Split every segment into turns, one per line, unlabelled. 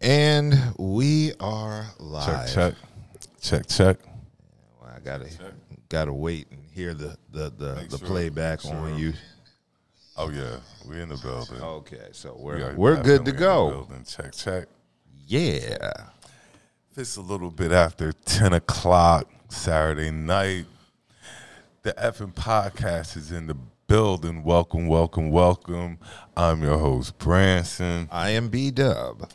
And we are live.
Check, check, check, check.
Well, I gotta gotta wait and hear the the the,
Make
the
sure,
playback
make
on
sure.
you.
Oh yeah, we in the building.
Okay, so
We
we're
are
we're
back
good
and
to
we in the
go.
building. Check, check.
Yeah.
It's a little bit after ten o'clock Saturday night. The effing podcast is in the building. Welcome, welcome, welcome. I'm your host Branson.
I am B Dub.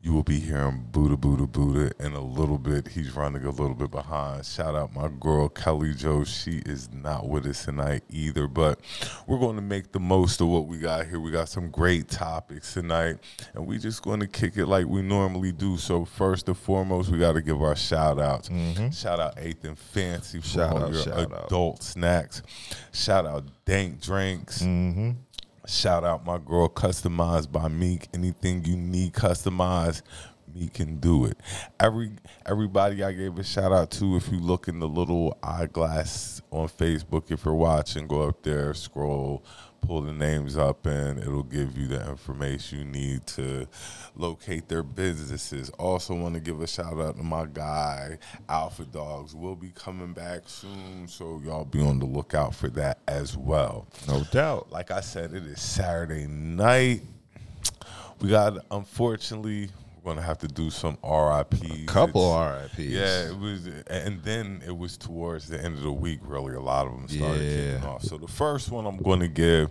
You will be hearing Buddha, Buddha, Buddha in a little bit. He's running a little bit behind. Shout out my girl Kelly Joe. She is not with us tonight either, but we're going to make the most of what we got here. We got some great topics tonight, and we just going to kick it like we normally do. So first and foremost, we got to give our shout outs. Shout out Eighth and Fancy for
Mm-hmm. Shout
all
out,
your
shout out.
adult snacks. Shout out Dank Drinks. Shout out my girl, customized by Meek. Anything you need customized, Meek can do it. Every everybody I gave a shout out to. If you look in the little eyeglass on Facebook, if you're watching, go up there, scroll, pull the names up, and it'll give you the information you need to locate their businesses. Also, want to give a shout out to my guy, Alpha Dogs. We'll be coming back soon, so y'all be on the lookout for that as well
No doubt.
like I said, it is Saturday night. We got unfortunately we're gonna have to do some RIPs.
Couple
It's-
RIPs.
Yeah, it was, and then it was towards the end of the week. Really, a lot of them started
Yeah.
kicking off. So the first one I'm going to give,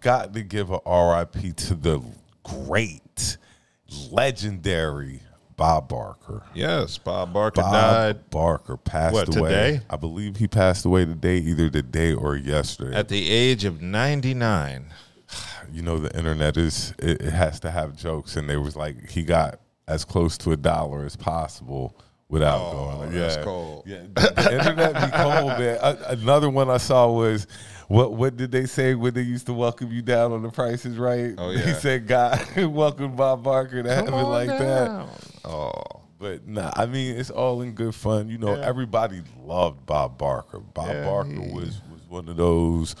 got to give a RIP to the great, legendary Bob Barker.
Yes. Bob Barker
Bob
died
Barker passed
What,
away.
today?
I believe he passed away today, either today or yesterday.
at the age of ninety nine.
you know the internet is it, it has to have jokes and they was like he got as close to a dollar as possible without going like, yeah
Oh, that's cold.
yeah the, the internet be cold man A- another one i saw was what what did they say when they used to welcome you down on the prices right
Oh,
he
yeah.
said god welcome bob barker to heaven like that
Oh.
but nah, I mean it's all in good fun. You know, everybody loved Bob Barker. Bob
Yeah,
Barker
he-
was was one of those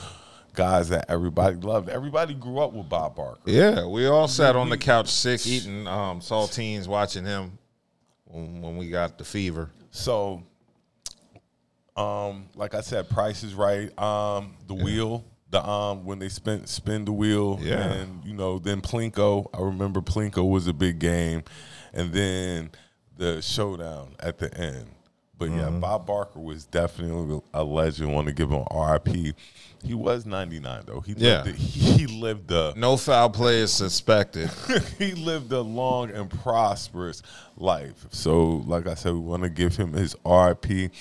guys that everybody loved. Everybody grew up with Bob Barker.
Yeah, we all sat on the couch sick, eating um, saltines, watching him when, when we got the fever.
So, um, like I said, Price is Right. Um, the wheel, the um, when they spin spin the wheel,
Yeah.
and you know, then Plinko. I remember Plinko was a big game, and then the showdown at the end. But yeah,
Mm-hmm.
Bob Barker was definitely a legend. Want to give him RIP. He was 99 though. He
Yeah.
lived a, he lived a
No foul play is suspected.
he lived a long and prosperous life. So, like I said, we want to give him his RIP.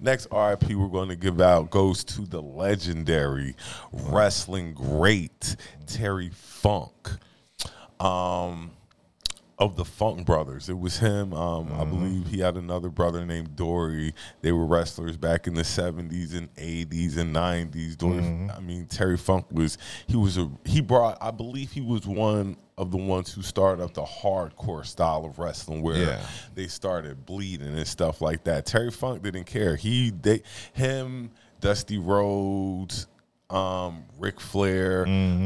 Next RIP we're going to give out goes to the legendary wrestling great Terry Funk. Um, of the Funk Brothers. It was him. Um, I believe he had another brother named Dory. They were wrestlers back in the seventies and eighties and nineties. Dory, I mean Terry Funk was he was a he brought. I believe he was one of the ones who started up the hardcore style of wrestling where
Yeah.
they started bleeding and stuff like that. Terry Funk didn't care. He they him Dusty Rhodes. Um, Ric Flair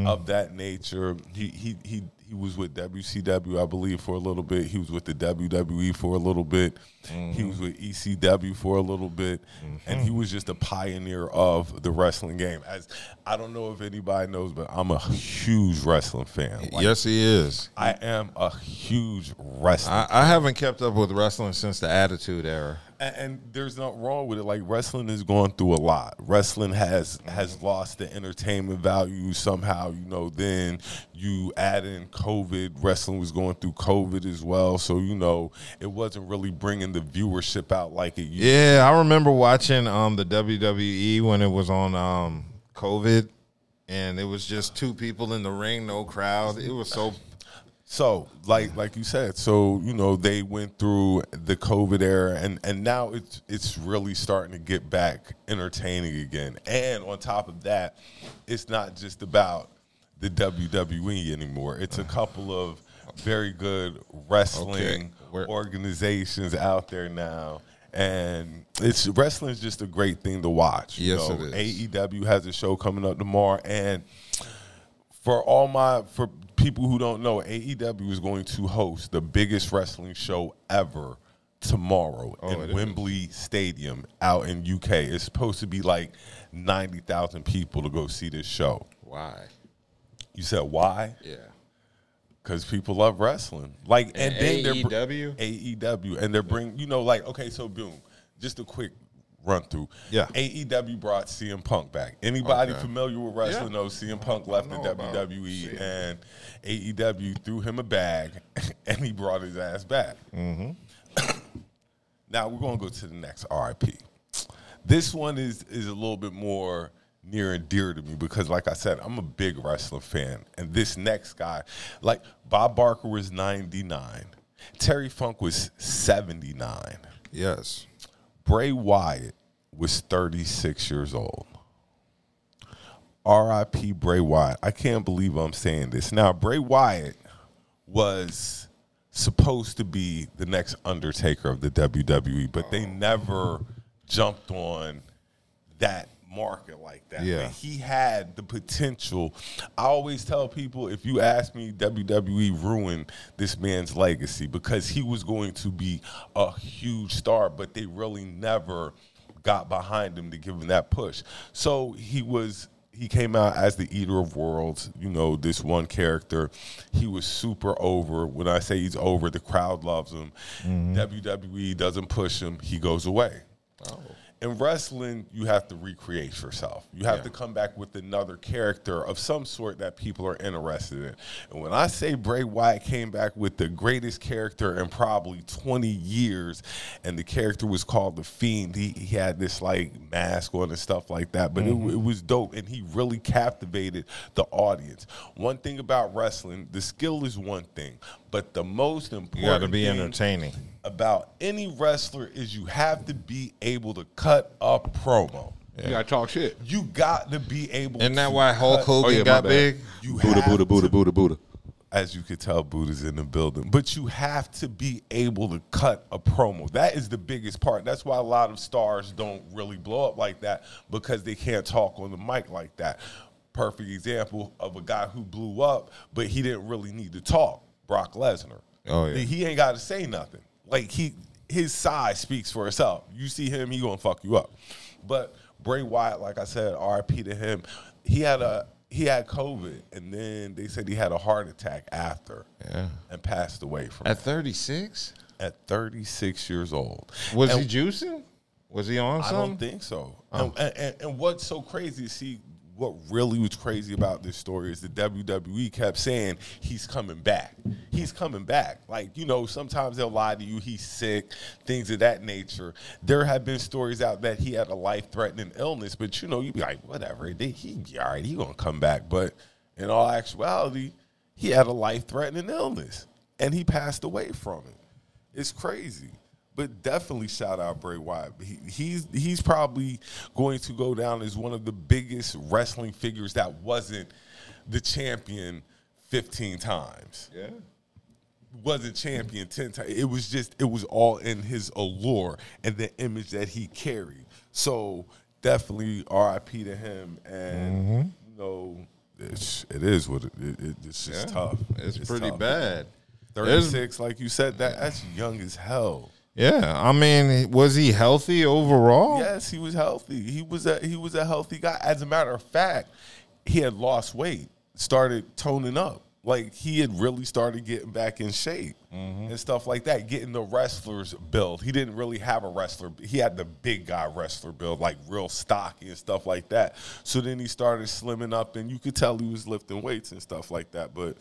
of that nature. He he he he was with WCW, I believe, for a little bit. He was with the WWE for a little bit. He was with ECW for a little bit, and he was just a pioneer of the wrestling game. As I don't know if anybody knows, but I'm a huge wrestling fan. Like,
yes, he is.
I am a huge wrestling.
I, I haven't kept up with wrestling since the Attitude Era.
and, and there's nothing wrong with it. Like wrestling has gone through a lot. Wrestling has has lost the entertainment value somehow. You know, then you add in COVID. Wrestling was going through COVID as well, so you know it wasn't really bringing the viewership out like it used.
Yeah, I remember watching um, the WWE when it was on um, COVID, and it was just two people in the ring, no crowd. It was so.
So, like like you said, so you know they went through the COVID era, and and now it's it's really starting to get back entertaining again. And on top of that, it's not just about the WWE anymore. It's a couple of very good wrestling
We're-
organizations out there now. And it's wrestling is just a great thing to watch.
Yes, it is.
AEW has a show coming up tomorrow, and for all my for people who don't know, AEW is going to host the biggest wrestling show ever tomorrow
Oh, it
in
is.
Wembley Stadium out in UK. It's supposed to be like ninety thousand people to go see this show.
Why?
You said why?
Yeah.
Because people love wrestling. Like and, then
E
they're br-
AEW?
AEW and they're bring you know like okay so boom just a quick run through
Yeah.
AEW brought CM Punk back anybody
Okay.
familiar with wrestling
Yeah.
knows CM Punk left the
know about
WWE and AEW threw him a bag and he brought his ass back
Mm-hmm.
now we're gonna go to the next RIP this one is is a little bit more near and dear to me because like I said I'm a big wrestling fan and this next guy like Bob Barker was 99 Terry Funk was 79
Yes.
Bray Wyatt was 36 years old RIP Bray Wyatt I can't believe I'm saying this now Bray Wyatt was supposed to be the next Undertaker of the WWE but they never jumped on that market like that.
Yeah.
But he had the potential. I always tell people if you ask me, WWE ruined this man's legacy because he was going to be a huge star, but they really never got behind him to give him that push. So he was. He came out as the eater of worlds, you know, this one character. He was super over. When I say he's over, the crowd loves him. WWE doesn't push him, he goes away
Oh.
in wrestling, you have to recreate yourself. You have
Yeah.
to come back with another character of some sort that people are interested in. And when I say Bray Wyatt came back with the greatest character in probably 20 years, and the character was called The Fiend, he, he had this like mask on and stuff like that, but it
Mm-hmm.
w- it, was dope. And he really captivated the audience. One thing about wrestling, the skill is one thing, but the most important
You got to be
thing
entertaining.
about any wrestler is you have to be able to cut a promo.
You gotta talk shit.
You got to be able.
Isn't that
to
why Hulk
cut-
Hogan
Oh, yeah, my
got
bad.
big?
You
Buddha,
have
Buddha,
to-
Buddha, Buddha, Buddha.
as you could tell, Buddha's in the building. But you have to be able to cut a promo. That is the biggest part. That's why a lot of stars don't really blow up like that because they can't talk on the mic like that. Perfect example of a guy who blew up, but he didn't really need to talk. Brock Lesnar.
Oh, yeah.
He ain't got to say nothing. Like he, his size speaks for itself. You see him, he gonna fuck you up. But Bray Wyatt, like I said, RP to him. He had a he had COVID, and then they said he had a heart attack after,
Yeah.
and passed away from it
At 36?
at 36 years old.
Was
And
he juicing? Was he on
I
something?
don't think so. And, and, and what's so crazy is see what really was crazy about this story is the WWE kept saying he's coming back. He's coming back. Like, you know, sometimes they'll lie to you, he's sick, things of that nature. There have been stories out that he had a life threatening illness, but you know, you'd be like, whatever, they- he be all right, he gonna come back. But in all actuality, he had a life threatening illness and he passed away from it. It's crazy. But definitely shout out Bray Wyatt. He, he's he's probably going to go down as one of the biggest wrestling figures that wasn't the champion 15 times.
Yeah.
Wasn't champion 10 times. It was just it was all in his allure and the image that he carried. So definitely RIP to him and
Mm-hmm.
you know it's, it is what it, it, it- it's just
Yeah.
tough.
It's,
just
pretty
tough.
bad. There's-
36 like you said that that's young as hell.
Yeah. I mean, was he healthy overall?
Yes, he was healthy. He was a he was a healthy guy. As a matter of fact, he had lost weight, started toning up. Like he had really started getting back in shape and stuff like that. Getting the wrestler's build. He didn't really have a wrestler. He had the big guy wrestler build, like real stocky and stuff like that. So then he started slimming up, and you could tell he was lifting weights and stuff like that. But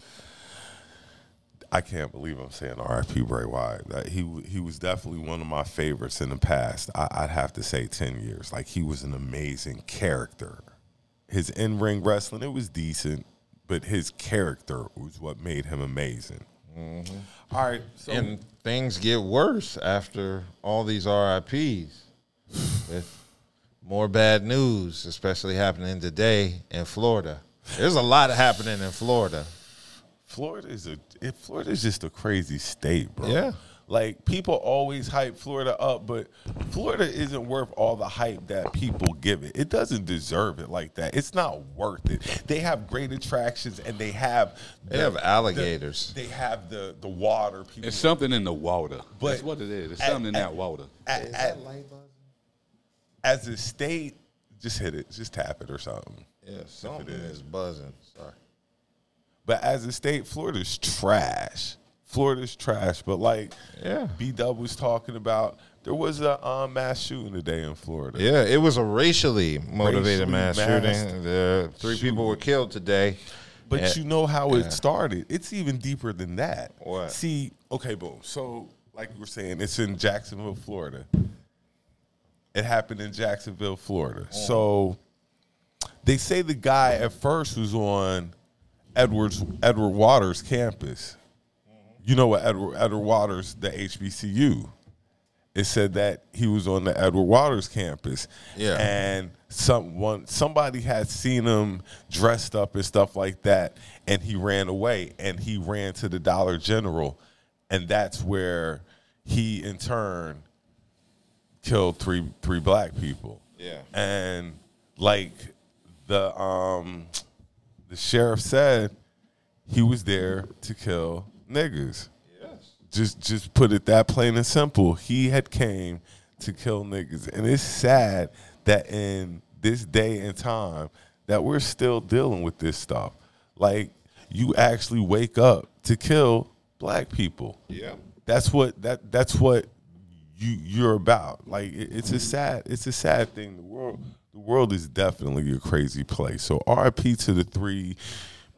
I can't believe I'm saying RIP Bray Wyatt. That he he was definitely one of my favorites in the past. I, I'd have to say ten years. Like he was an amazing character. His in ring wrestling it was decent, but his character was what made him amazing. All right, so
And things get worse after all these RIPS with more bad news, especially happening today in Florida. There's a lot happening in Florida.
eh, Florida is a it, Florida is just a crazy state, bro.
Yeah.
Like people always hype Florida up, but Florida isn't worth all the hype that people give it. It doesn't deserve it like that. It's not worth it. They have great attractions and they have
They have alligators.
they have the the water. People
It's something in the water.
But
That's what it is. It's
at-
something in
at-
that water.
at- at-
light buzz?
as a state, just hit it, just tap it or something.
Yeah, something is buzzing. Sorry.
But as a state, Florida's trash. Florida's trash. But like,
Yeah.
B Dub was talking about, there was a um, mass shooting today in Florida.
Yeah, it was a racially motivated
Racially
mass
masked
shooting. The three people were killed today.
But
Yeah.
you know how it started. It's even deeper than that.
What?
See, okay, boom. So, like you were saying, it's in Jacksonville, Florida. It happened in Jacksonville, Florida.
Mm.
So, they say the guy at first was on Edwards Edward Waters campus. You know what Edward Edward Waters, the HBCU. It said that he was on the Edward Waters campus.
Yeah.
And someone somebody had seen him dressed up and stuff like that, and he ran away and he ran to the Dollar General. And that's where he in turn killed three three black people.
Yeah.
And like the um the sheriff said he was there to kill niggas.
Yes.
Just just put it that plain and simple. He had came to kill niggas. And it's sad that in this day and time that we're still dealing with this stuff. Like you actually wake up to kill black people
Yeah.
that's what that that's what you you're about. Like it, it's a sad it's a sad thing. The world the world is definitely a crazy place. So R.I.P. to the three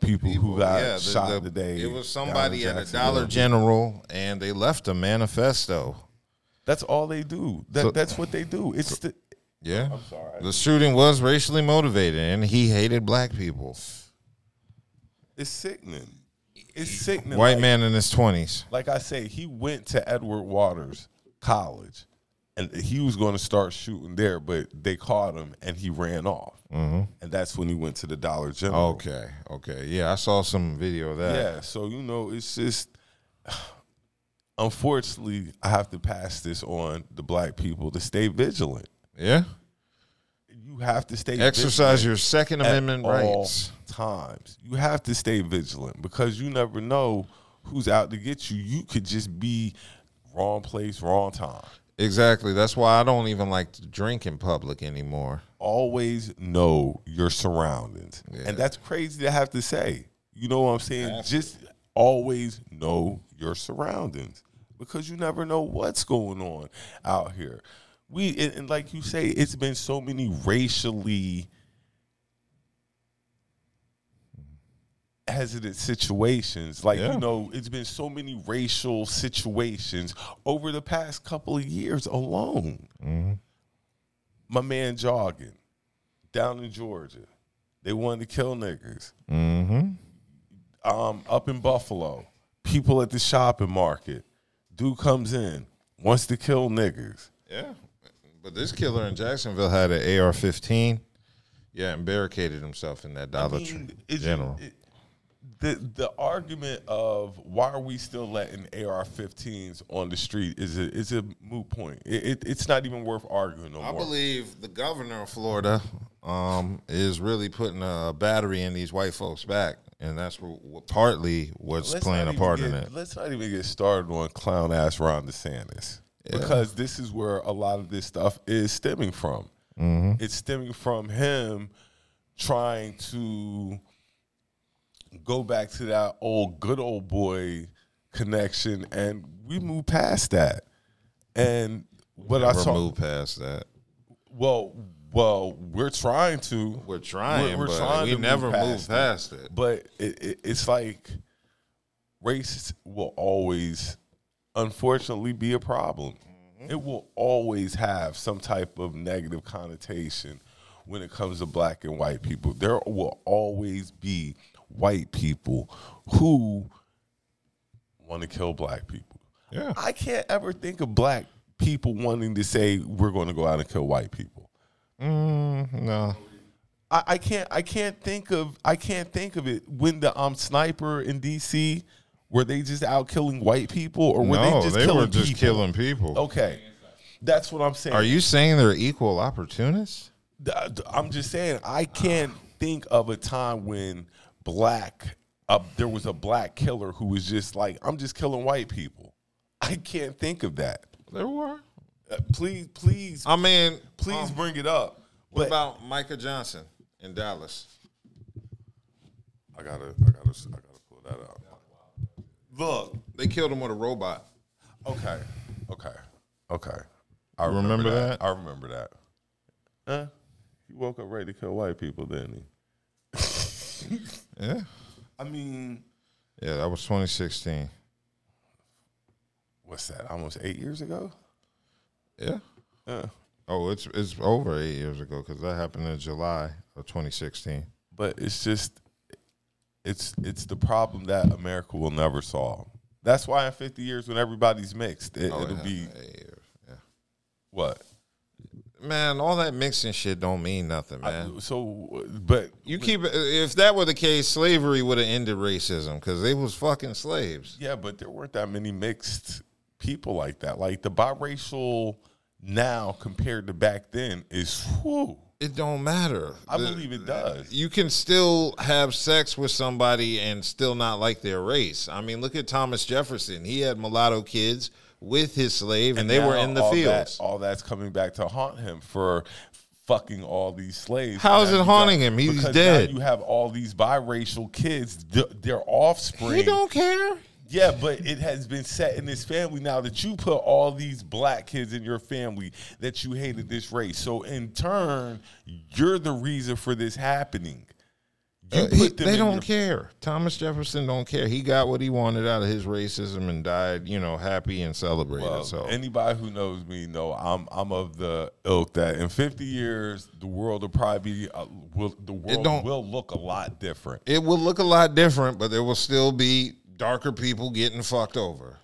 people, who got
yeah, the-
shot
the-
today.
It was
down in
somebody at a
Jacksonville.
Dollar General, and they left a manifesto.
That's all they do. That that's what they do. It's the
Yeah, I'm
sorry.
The shooting was racially motivated, and he hated black people.
it's sickening. It's sickening.
White
like,
man in his twenties.
like I say, he went to Edward Waters College, and he was going to start shooting there, but they caught him and he ran off. Mm-hmm. And that's when he went to the Dollar General.
Okay, okay, yeah, I saw some video of that.
Yeah, so you know, it's just unfortunately I have to pass this on the black people to stay vigilant.
Yeah,
You have to stay
exercise
vigilant
your Second
at
Amendment
all
rights.
times. You have to stay vigilant because you never know who's out to get you. You could just be wrong place, wrong time.
Exactly. That's why I don't even like to drink in public anymore.
Always know your surroundings.
Yeah.
And that's crazy to have to say. You know what I'm saying? Just always know your surroundings because you never know what's going on out here. We and, and like you say, it's been so many racially hesitant situations. Like
Yeah.
you know, it's been so many racial situations over the past couple of years alone. My man jogging down in Georgia, they wanted to kill niggas
Mm-hmm.
um, up in Buffalo, people at the shopping market. Dude comes in, wants to kill niggas.
Yeah, but this killer in Jacksonville had an AR-15. Yeah, and barricaded himself in that Dollar
mean,
Tree
it's-
General.
it- the the argument of why are we still letting AR-15s on the street is a is a moot point. It, it, it's not even worth arguing no
I
more.
believe the governor of Florida um, is really putting a battery in these white folks back, and that's wh- wh- partly what's
Let's
playing
not
a
even
part in
get-
it.
Let's not even get started on clown ass Ron DeSantis because this is where a lot of this stuff is stemming from.
Mm-hmm.
It's stemming from him trying to go back to that old good old boy connection, and we move past that. And what I
We're
saw,
moved past that.
well, well, we're trying to,
We're trying,
we're
but
trying
we
to move
never move
past
moved past it.
but it, it, it's like race will always unfortunately be a problem it will always have some type of negative connotation when it comes to black and white people there will always be white people who want to kill black people
Yeah.
i can't ever think of black people wanting to say we're going to go out and kill white people
Mm, no.
I, I can't I can't think of I can't think of it when the um sniper in DC Were they just out killing white people, or were
no,
they just
they
killing
were just
people? Oh,
killing people.
Okay, that's what I'm saying.
Are you saying they're equal opportunists?
Th- th- I'm just saying I can't think of a time when black uh, there was a black killer who was just like I'm just killing white people. I can't think of that.
There were.
Uh, please, please,
I mean, please.
please bring it
Uh,
up.
um, what
But
about Micah Johnson in Dallas?
I gotta, I gotta, I gotta pull that out. Look,
They killed him with a robot.
okay, okay, okay. I
You
remember,
remember
that.
that?
I remember that. Huh? He woke up ready to kill white people, didn't he?
Yeah.
I mean,
Yeah, that was 2016.
what's that? Almost eight years ago.
Yeah.
Yeah.
Oh, it's it's over eight years ago because that happened in July of 2016.
but it's just it's it's the problem that America will never solve. That's why in 50 years when everybody's mixed, it,
Oh,
it'll
yeah,
be
eight years. Yeah.
what?
Man, all that mixing shit don't mean nothing, man.
So but
You keep uh, if that were the case, slavery would have ended racism because they was fucking slaves.
yeah, but there weren't that many mixed people like that. Like the biracial now compared to back then is whew.
It don't matter.
I
The-
believe it does.
You can still have sex with somebody and still not like their race. I mean, look at Thomas Jefferson. He had mulatto kids with his slave, and, they were
Now
in the
all that-
fields.
all that's coming back to haunt him for fucking all these slaves.
How is
Now
it
you
haunting him? He's
because now
dead.
you have all these biracial kids, th- their offspring.
He don't care.
Yeah, but it has been set in this family now that you put all these black kids in your family that you hated this race. So in turn, you're the reason for this happening. You
Uh, he-
them
they
in
don't
your-
care. Thomas Jefferson don't care. He got what he wanted out of his racism and died, you know, happy and celebrated.
Well,
so
anybody who knows me know I'm I'm of the ilk that in 50 years the world will probably be uh, will, the world
don't-
will look a lot different.
it will look a lot different, but there will still be darker people getting fucked over.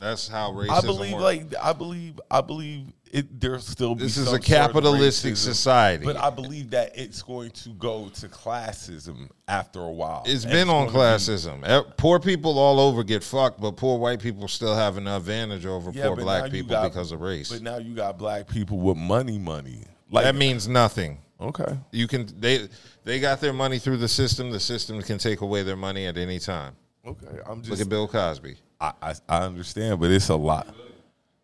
That's how racism
I believe
works.
like I believe I believe it there'll still be
this is
some
a
sort of
capitalistic
racism.
society.
But I believe that it's going to go to classism after a while.
it's
And
been on
gonna be-
classism. E- Poor people all over get fucked, but poor white people still have an advantage over
Yeah,
poor
but now
black
you
people
got-
because of race.
But now you got black people with money, money. Like
that means nothing.
okay,
You can they they got their money through the system. The system can take away their money at any time.
okay. I'm
Look
just
at Bill Cosby.
I, I I understand, but it's a lot.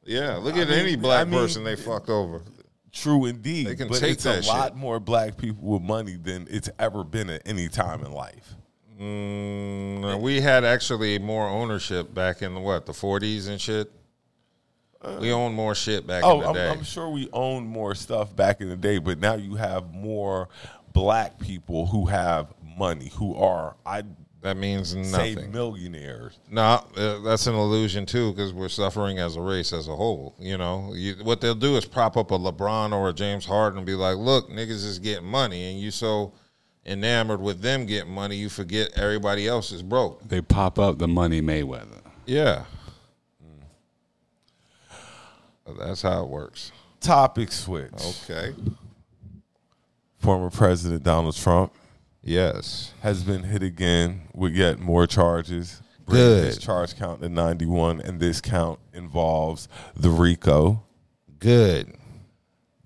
Yeah, look at
mean,
any black
I mean-
person they fucked over.
True indeed.
They can
but
take
it's
that
a
shit.
lot more black people with money than it's ever been at any time in life.
Mm, we had actually more ownership back in the what the forties and shit. We owned more shit back in
Oh,
the
I'm,
day.
I'm sure we owned more stuff back in the day, but now you have more black people who have money, who are I
that means
say
nothing.
millionaires.
No, uh, that's an illusion too, because we're suffering as a race as a whole. You know, you, what they'll do is prop up a LeBron or a James Harden and be like, "Look, niggas is getting money," and you so enamored with them getting money, you forget everybody else is broke.
They pop up the money Mayweather.
Yeah, Mm. that's how it works.
Topic switch.
Okay.
Former President Donald Trump
Yes.
has been hit again with yet more charges.
Good.
This charge count to 91, and this count involves the RICO.
Good.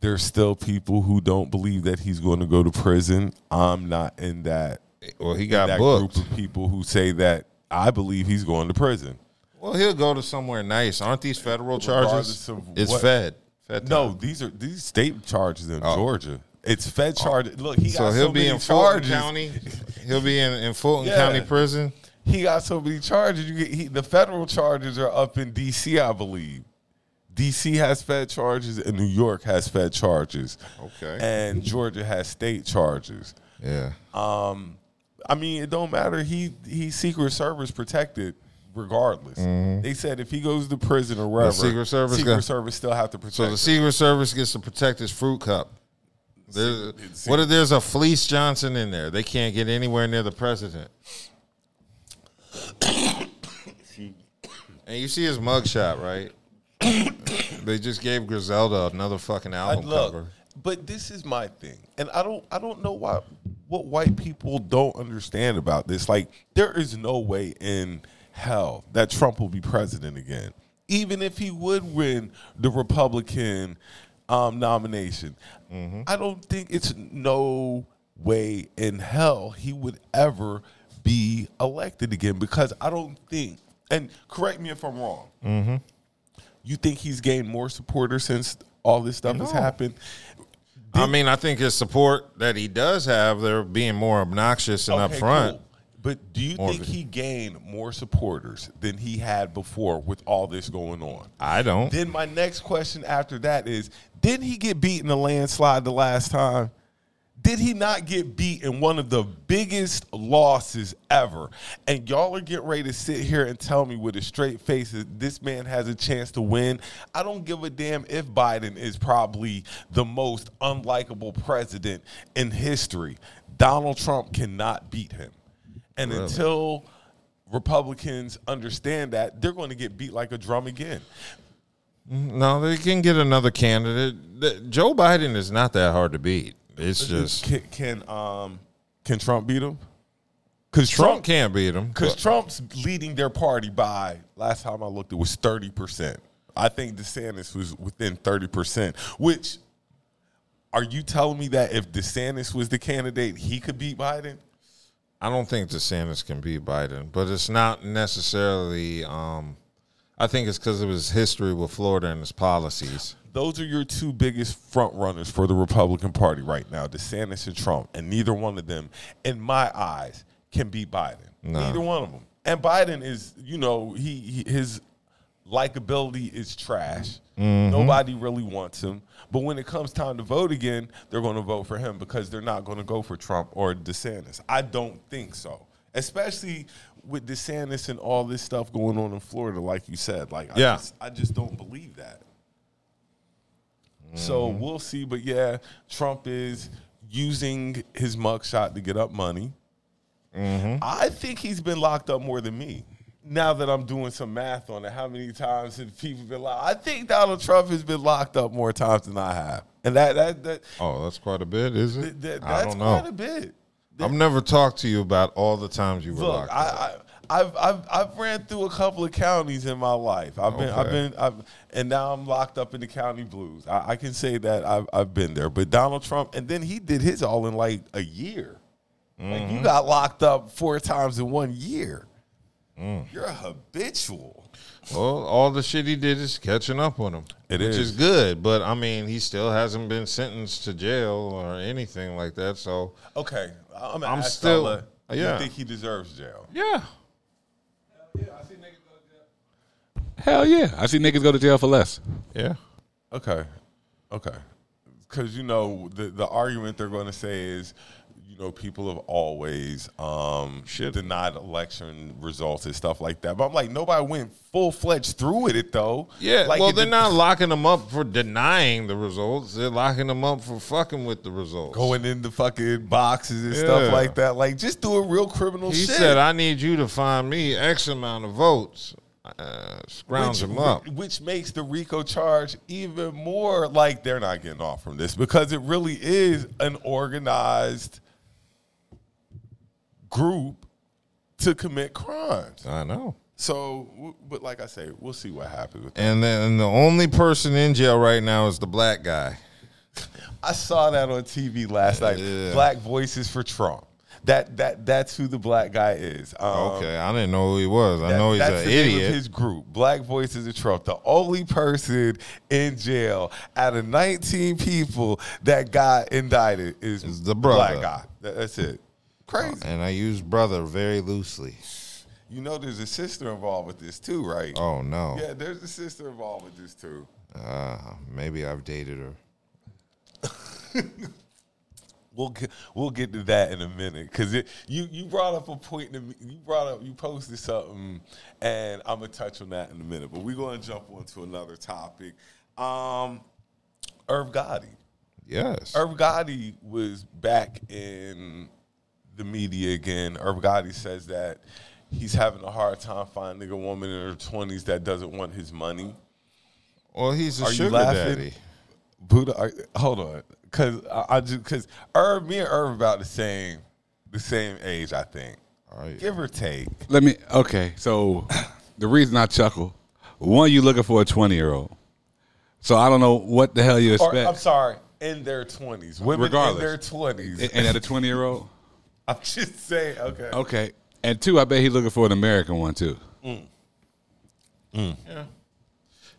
There's still people who don't believe that he's going to go to prison. I'm not in that,
Well, he got
that
booked.
group of people who say that I believe he's going to prison.
well, he'll go to somewhere nice. Aren't these federal charges?
Regardless of
It's
what-
Fed. Fed
No,
time.
these are these state charges in
Oh.
Georgia. It's Fed charges. Look, he
So
got
he'll
so
be
many
in Fulton
charges.
County. He'll be in, in Fulton
Yeah.
County Prison.
he got so many charges. You get, he, the federal charges are up in D.C., I believe. D.C. has Fed charges and New York has Fed charges.
Okay.
And Georgia has state charges.
Yeah.
I mean, it don't matter. He he Secret Service protected regardless. They said if he goes to prison or wherever,
Mm-hmm. Secret Service
Secret
got-
Service still have to protect.
So the
him.
Secret Service gets to protect his fruit cup. There, what if there's a Fleece Johnson in there? They can't get anywhere near the president. and you see his mugshot, right? they just gave Griselda another fucking
I-
album
look,
cover.
but this is my thing, and I don't I don't know why what white people don't understand about this. Like there is no way in hell that Trump will be president again. Even if he would win the Republican um, nomination, I don't think it's no way in hell he would ever be elected again because I don't think, and correct me if I'm wrong, you think he's gained more supporters since all this stuff has happened?
I mean, I think his support that he does have, they're being more obnoxious and
Okay,
upfront.
cool. But do you
More
think
of it.
he gained more supporters than he had before with all this going on?
I don't.
Then my next question after that is, did he get beat in a landslide the last time? Did he not get beat in one of the biggest losses ever? And y'all are getting ready to sit here and tell me with a straight face that this man has a chance to win. I don't give a damn if Biden is probably the most unlikable president in history. Donald Trump cannot beat him. And until Republicans understand that, they're going to get beat like a drum again.
No, they can get another candidate. The- Joe Biden is not that hard to beat. It's just
can, can um can Trump beat him? Because
Trump
Trump
can't beat him.
because Trump's leading their party by last time I looked, it was thirty percent. I think DeSantis was within thirty percent. Which are you telling me that if DeSantis was the candidate, he could beat Biden?
I don't think DeSantis can beat Biden, but it's not necessarily. Um, I think it's because of his history with Florida and his policies.
Those are your two biggest front runners for the Republican Party right now, DeSantis and Trump, and neither one of them, in my eyes, can beat Biden. Neither one of them. And Biden is, you know, he, he his likability is trash. Nobody really wants him. But when it comes time to vote again, they're going to vote for him because they're not going to go for Trump or DeSantis. I don't think so. Especially with DeSantis and all this stuff going on in Florida, like you said, like I
Yeah.
just, I just don't believe that. So
Mm-hmm.
we'll see. But yeah, Trump is using his mugshot to get up money.
Mm-hmm.
I think he's been locked up more than me. Now that I'm doing some math on it, how many times have people been locked? I think Donald Trump has been locked up more times than I have, and that that that,
Oh, that's quite a bit, is it?
that, that-
I
that's
don't
quite a
know.
bit.
I've never talked to you about all the times you were
Look,
locked.
I.
up.
I I've, I've I've ran through a couple of counties in my life. I've been I've
Okay.
been I've, and now I'm locked up in the county blues. I, I can say that I've I've been there. But Donald Trump, and then he did his all in like a year. Like
Mm-hmm.
you got locked up four times in one year.
Mm.
You're a habitual.
Well, all the shit he did is catching up on him,
It
which
is.
is good. But I mean, he still hasn't been sentenced to jail or anything like that. So
Okay, I- I'm,
I'm
I'm
still-
still.
yeah.
You think he deserves jail?
yeah,
Hell yeah. I see niggas go to jail for less.
yeah.
Okay, okay, because you know the the argument they're going to say is, you know, people have always um, denied election results and stuff like that. But I'm like, nobody went full fledged through with it though.
Yeah,
like
well,
it
they're
did-
not locking them up for denying the results. They're locking them up for fucking with the results.
going into fucking boxes and stuff
Yeah.
like that. Like just doing real criminal
he
shit.
said, "I need you to find me X amount of votes." Uh, scrounge them up.
Which makes the RICO charge even more like they're not getting off from this because it really is an organized group to commit crimes.
I know.
So, w- but like I say, we'll see what happens. with that.
And then the only person in jail right now is the black guy.
I saw that on TV last night.
Yeah.
Black Voices for Trump. That that that's who the black guy is. Um,
Okay, I didn't know who he was. I
That-
know he's
that's
an
the name of
idiot.
his group, Black Voices of Trump, the only person in jail out of 19 people that got indicted is,
Is the brother. Oh.
Black guy. That- that's it. Crazy.
and I use brother very loosely.
You know, there's a sister involved with this too, right?
Oh no.
Yeah, there's a sister involved with this too.
Uh, maybe I've dated her.
We'll get, we'll get to that in a minute because you you brought up a point to me, you brought up you posted something and I'm gonna touch on that in a minute but we're gonna jump on to another topic. Um, Irv Gotti,
Yes.
Irv Gotti was back in the media again. Irv Gotti says that he's having a hard time finding a woman in her twenties that doesn't want his money.
Well, he's a
Are you
sugar
laughing?
daddy.
Buddha, are, hold on, because I, I just because Irv, me and Irv about the same, the same age, I think.
All right.
give or take.
Let me. Okay, so the reason I chuckle, one, you looking for a twenty year old, so I don't know what the hell you
Or,
expect.
I'm sorry, in their twenties, women
Regardless.
in their twenties.
A- And at a twenty year old,
I'm just saying. Okay.
okay. And two, I bet he's looking for an American one too.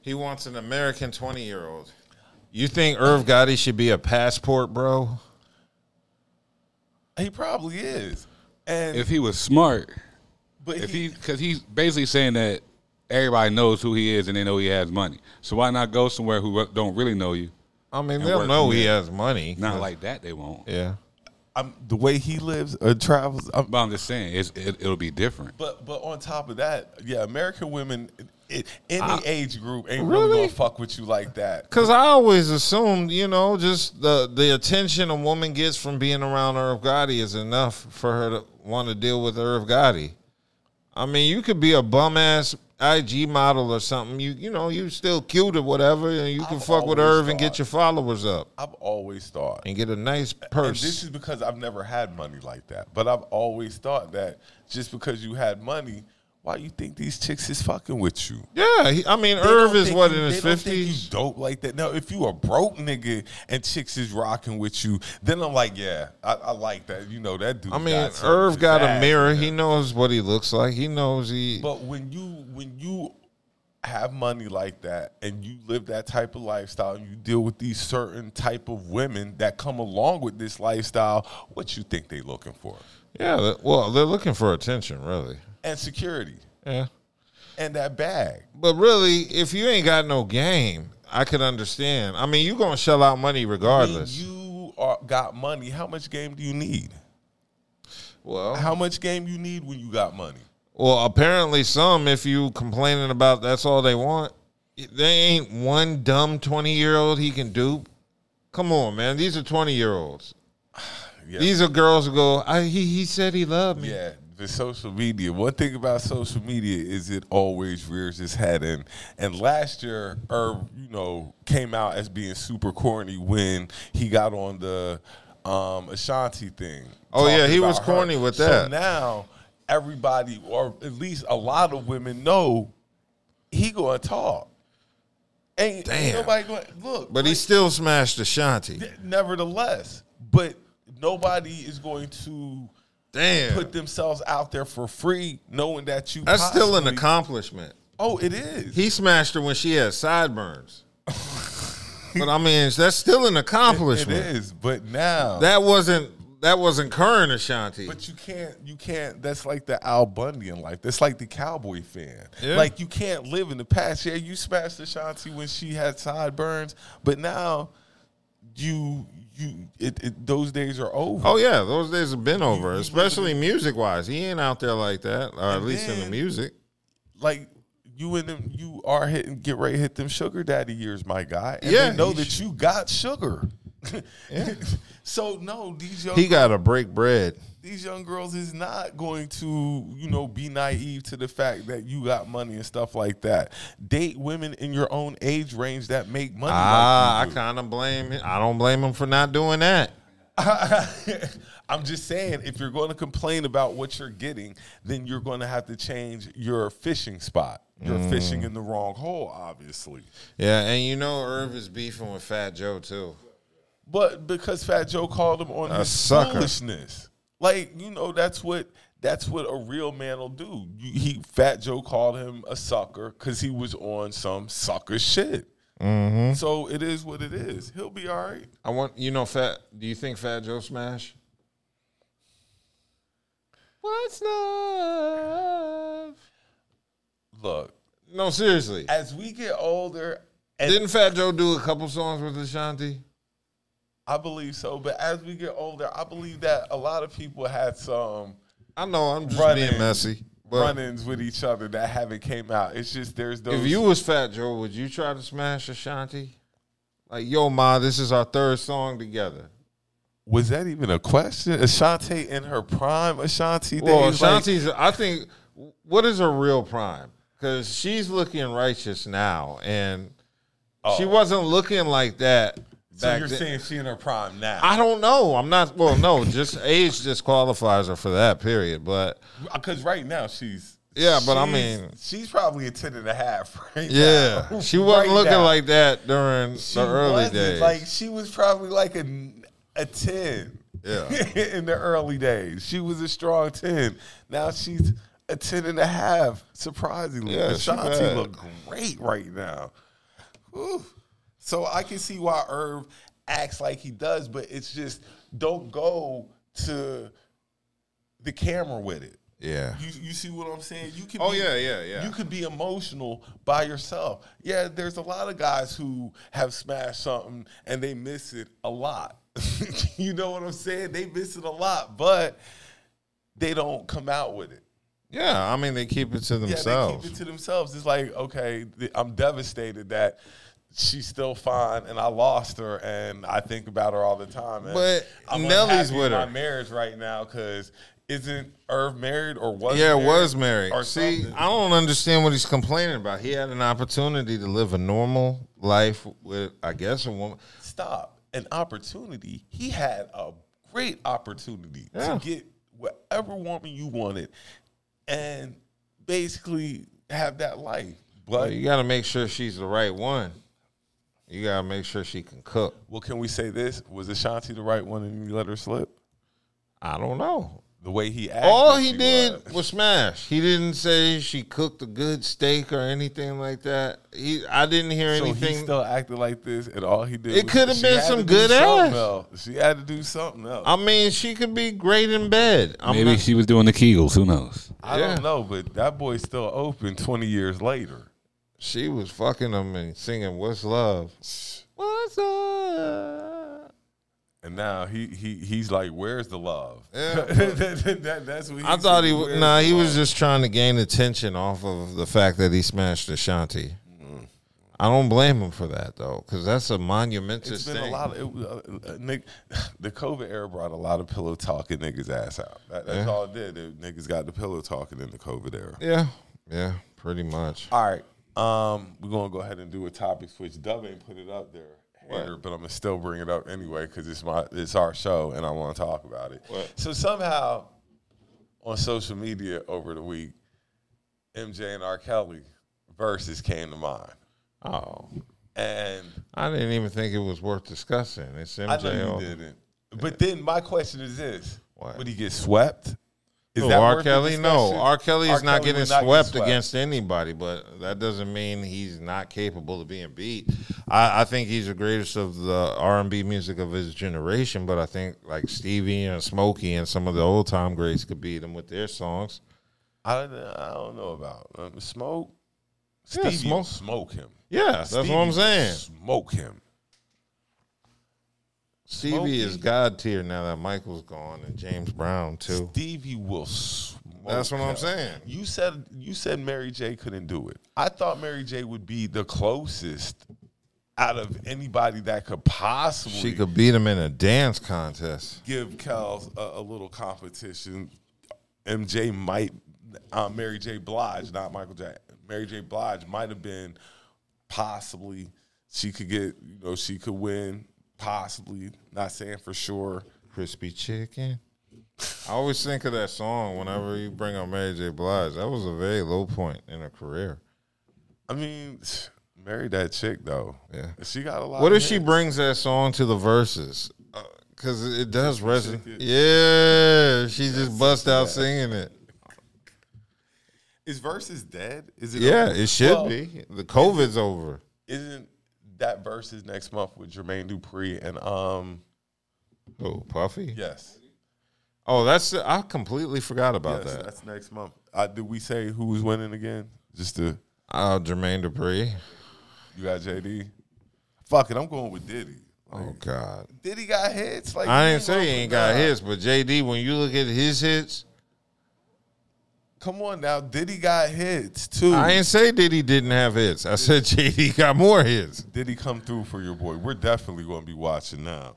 He wants an American 20 year old. You think Irv Gotti should be a passport, bro?
He probably is. And
If he was smart,
but
if
he,
he because he's basically saying that everybody knows who he is and they know he has money. So why not go somewhere who re- don't really know you?
I mean,
work
they'll know
from
he has money.
Not like that, they won't.
Yeah.
I'm, the way he lives or travels, I'm,
But I'm just saying, it's, it, it'll be different.
But but on top of that, yeah, American women, it, any age group ain't
Really?
really gonna fuck with you like that.
Cause I always assumed, you know, just the the attention a woman gets from being around Irv Gotti is enough for her to want to deal with Irv Gotti. I mean, you could be a bum ass IG model or something. You you know, you still cute or whatever, and you can
I've
fuck with
always
Irv and get
thought-
your followers up
I've always thought,
and get a nice
and
purse.
this is because I've never had money like that. But I've always thought that just because you had money, why you think these chicks is fucking with you?
yeah, he, I mean,
They
Irv
don't
is
think
what
you-
in his
they don't think you
fifties.
Dope like that. Now, if you a broke nigga and chicks is rocking with you, then I'm like, yeah, I, I like that. You know that dude.
I mean,
something
Irv
to
got a
that.
mirror. He knows what he looks like. He knows he.
But when you when you have money like that and you live that type of lifestyle and you deal with these certain type of women that come along with this lifestyle, what you think they looking for?
Yeah, that- well, they're looking for attention, really.
And security
Yeah.
and that bag.
But really, if you ain't got no game, I could understand. I mean, you gonna shell out money
When
regardless.
you are, got money, how much game do you need?
well,
How much game you need when you got money?
well, apparently some, if you complaining about that's all they want, they ain't one dumb twenty year old he can dupe. Come on, man, these are twenty year olds.
Yeah.
These are girls who go. I, he he said he loved me.
Yeah, the social media. One thing about social media is it always rears its head, and and last year, Irv, you know, came out as being super corny when he got on the um, Ashanti thing.
Oh, yeah,
talking
he was
about
corny with
So
that.
now everybody, or at least a lot of women, know he gonna talk. Ain't,
Damn.
ain't nobody going look,
But he still smashed Ashanti.
nevertheless, but nobody is going to
Damn,
put themselves out there for free, knowing that you.
that's still an
possibly-
accomplishment.
Oh, it is.
He smashed her when she had sideburns. but I mean, that's still an
it
accomplishment.
is. But now,
That wasn't that wasn't current Ashanti.
but you can't. You can't. That's like the Al Bundy in life. That's like the cowboy fan.
Yeah.
Like you can't live in the past. Yeah, you smashed Ashanti when she had sideburns, but now you you it, it, those days are over.
oh yeah, those days have been over, especially music wise. He ain't out there like that, or at
And
least in the
then-
music.
like you and them, you are hitting, get ready to hit them sugar daddy years, my guy. And
Yeah,
they know
you
that
sh-
you got sugar. so no, these young
He got to break bread.
these young girls is not going to you know be naive to the fact that you got money and stuff like that. Date women in your own age range that make money.
Ah, I kind of blame him. I don't blame him for not doing that.
I'm just saying, if you're going to complain about what you're getting, then you're going to have to change your fishing spot. You're fishing in the wrong hole, obviously.
Yeah, and you know Irv is beefing with Fat Joe too.
But because Fat Joe called him on his
sucker.
foolishness, like you know, that's what that's what a real man will do. You, he Fat Joe called him a sucker because he was on some sucker shit.
Mm-hmm.
So it is what it is. He'll be all right.
I want you know Fat. Do you think Fat Joe smash? What's love?
Look,
No, seriously.
as we get older, and
Didn't Fat Joe do a couple songs with Ashanti?
I believe so. But as we get older, I believe that a lot of people had some
I know I'm just
Run-in.
being messy. But
run-ins with each other that haven't came out. It's just there's those.
if you was Fat Joe, would you try to smash Ashanti? Like, yo, ma, this is our third song together.
Was that even a question? Ashanti in her prime, Ashanti.
Well,
days, like-
Ashanti's, I think, what is her real prime? Because she's looking righteous now, and she wasn't looking like that
Oh. So
back
you're
then.
saying she in her prime now?
I don't know. I'm not. Well, no, just age disqualifies her for that period. But
Because right now she's
Yeah, but I
she's-
mean-
she's probably a ten and a half right
yeah,
now.
she wasn't
Right
looking
now.
like that during
She
the early
wasn't.
days.
Like she was probably like a a ten.
Yeah.
in the early days, she was a strong ten. Now she's a ten and a half. Surprisingly,
Yeah, she
Ashanti
bad.
look great right now. Whew. So I can see why Irv acts like he does, but it's just don't go to the camera with it.
yeah.
You, you see what I'm saying? You can
Oh,
be-
yeah, yeah, yeah.
You could be emotional by yourself. Yeah, there's a lot of guys who have smashed something and they miss it a lot. you know what I'm saying? They miss it a lot, but they don't come out with it.
Yeah. I mean, they keep it to
Yeah, they
themselves.
keep it to themselves. It's like, okay, th- I'm devastated that she's still fine and I lost her and I think about her all the time. And
But
I'm
Nelly's
unhappy in
with her.
My marriage right now because isn't Irv married or was
yeah,
married
was married.
or
See,
something?
I don't understand what he's complaining about. He had an opportunity to live a normal life with, I guess, a woman.
stop an opportunity. He had a great opportunity
Yeah.
to get whatever woman you wanted and basically have that life.
But
But
you got to make sure she's the right one. You got to make sure she can cook.
well, can we say this? Was Ashanti the right one and you let her slip?
I don't know.
The way he acted.
All he
she
did
was.
was smash. He didn't say she cooked a good steak or anything like that. He, I didn't hear
So he
anything.
still acted like this, and all he did.
It
was-
could've
she
been
had
some
to do
good
something
ass. Uh,
Else. She had to do something else.
I mean, she could be great in bed. I'm
Maybe
not-
she was doing the Kegels. Who knows?
I
yeah.
don't know, but that boy's still open twenty years later.
she was fucking him and singing "What's Love." What's up?
And now he he he's like, "Where's the love?"
Yeah.
That- that- that- that's what he
I thought
said,
he was.
"Where's
Nah,
the
he was
love?"
just trying to gain attention off of the fact that he smashed Ashanti.
Mm.
I don't blame him for that though, because that's a monumentous
It's been
thing.
a lot of it, uh, uh, Nick, the COVID era brought a lot of pillow talking niggas ass out. That, that's all it did. It- niggas got the pillow talking in the COVID era.
yeah, yeah, pretty much.
All right. Um, we're gonna go ahead and do a topic switch. Dub ain't put it up there, hater, but I'm gonna still bring it up anyway because it's my it's our show and I want to talk about it.
What?
So somehow on social media over the week, MJ and R. Kelly verses came to mind,
Oh,
and
I didn't even think it was worth discussing. It's MJ.
I know
all-
you didn't. But then my question is this:
What?
Would he get swept? Is
Who,
worth
Oh, R.
the
Kelly? No,
discussion?
R. Kelly is not
R. Kelly
getting
would not get
swept against anybody, but that doesn't mean he's not capable of being beat. I, I think he's the greatest of the R and B music of his generation, but I think like Stevie and Smokey and some of the old time greats could beat him with their songs.
I don't, I don't know about um, smoke.
Yeah,
Stevie
Smoke.
smoke him.
Yeah, that's
Stevie
what I'm
will
saying.
Smoke him.
Stevie is
Smokey.
god tier now that Michael's gone and James Brown too.
Stevie will smoke.
That's what I'm
him.
saying.
You said you said Mary J couldn't do it. I thought Mary J would be the closest out of anybody that could possibly
She could beat him in a dance contest.
give Kels a, a little competition. MJ might, uh, Mary J. Blige, not Michael Jackson. Mary J. Blige might have been possibly she could get, you know, she could win. Possibly, not saying for sure.
Crispy chicken. I always think of that song whenever you bring up Mary J. Blige. That was a very low point in her career.
I mean, marry that chick though.
Yeah.
she got a lot.
What
of
if she
hits.
brings that song to the verses? Because it does resonate. Yeah, she just bust out singing it.
Is versus dead? Is it?
Yeah,
over?
it should
Well,
be. The COVID's over.
Isn't that versus next month with Jermaine Dupri and um?
Oh, Puffy.
Yes.
Oh, that's. I completely forgot about
Yes,
that.
that's next month. Uh, did we say who was winning again? Just to
Uh, Jermaine Dupri.
you got JD. Fuck it, I'm going with Diddy.
Oh God.
Diddy got hits. Like
I
he
didn't say he
wrong
ain't
for
got
none.
hits, but JD, when you look at his hits,
Come on now, Diddy got hits too.
I ain't say Diddy didn't have hits. I said JD got more hits.
Diddy come through for your boy. We're definitely going to be watching now.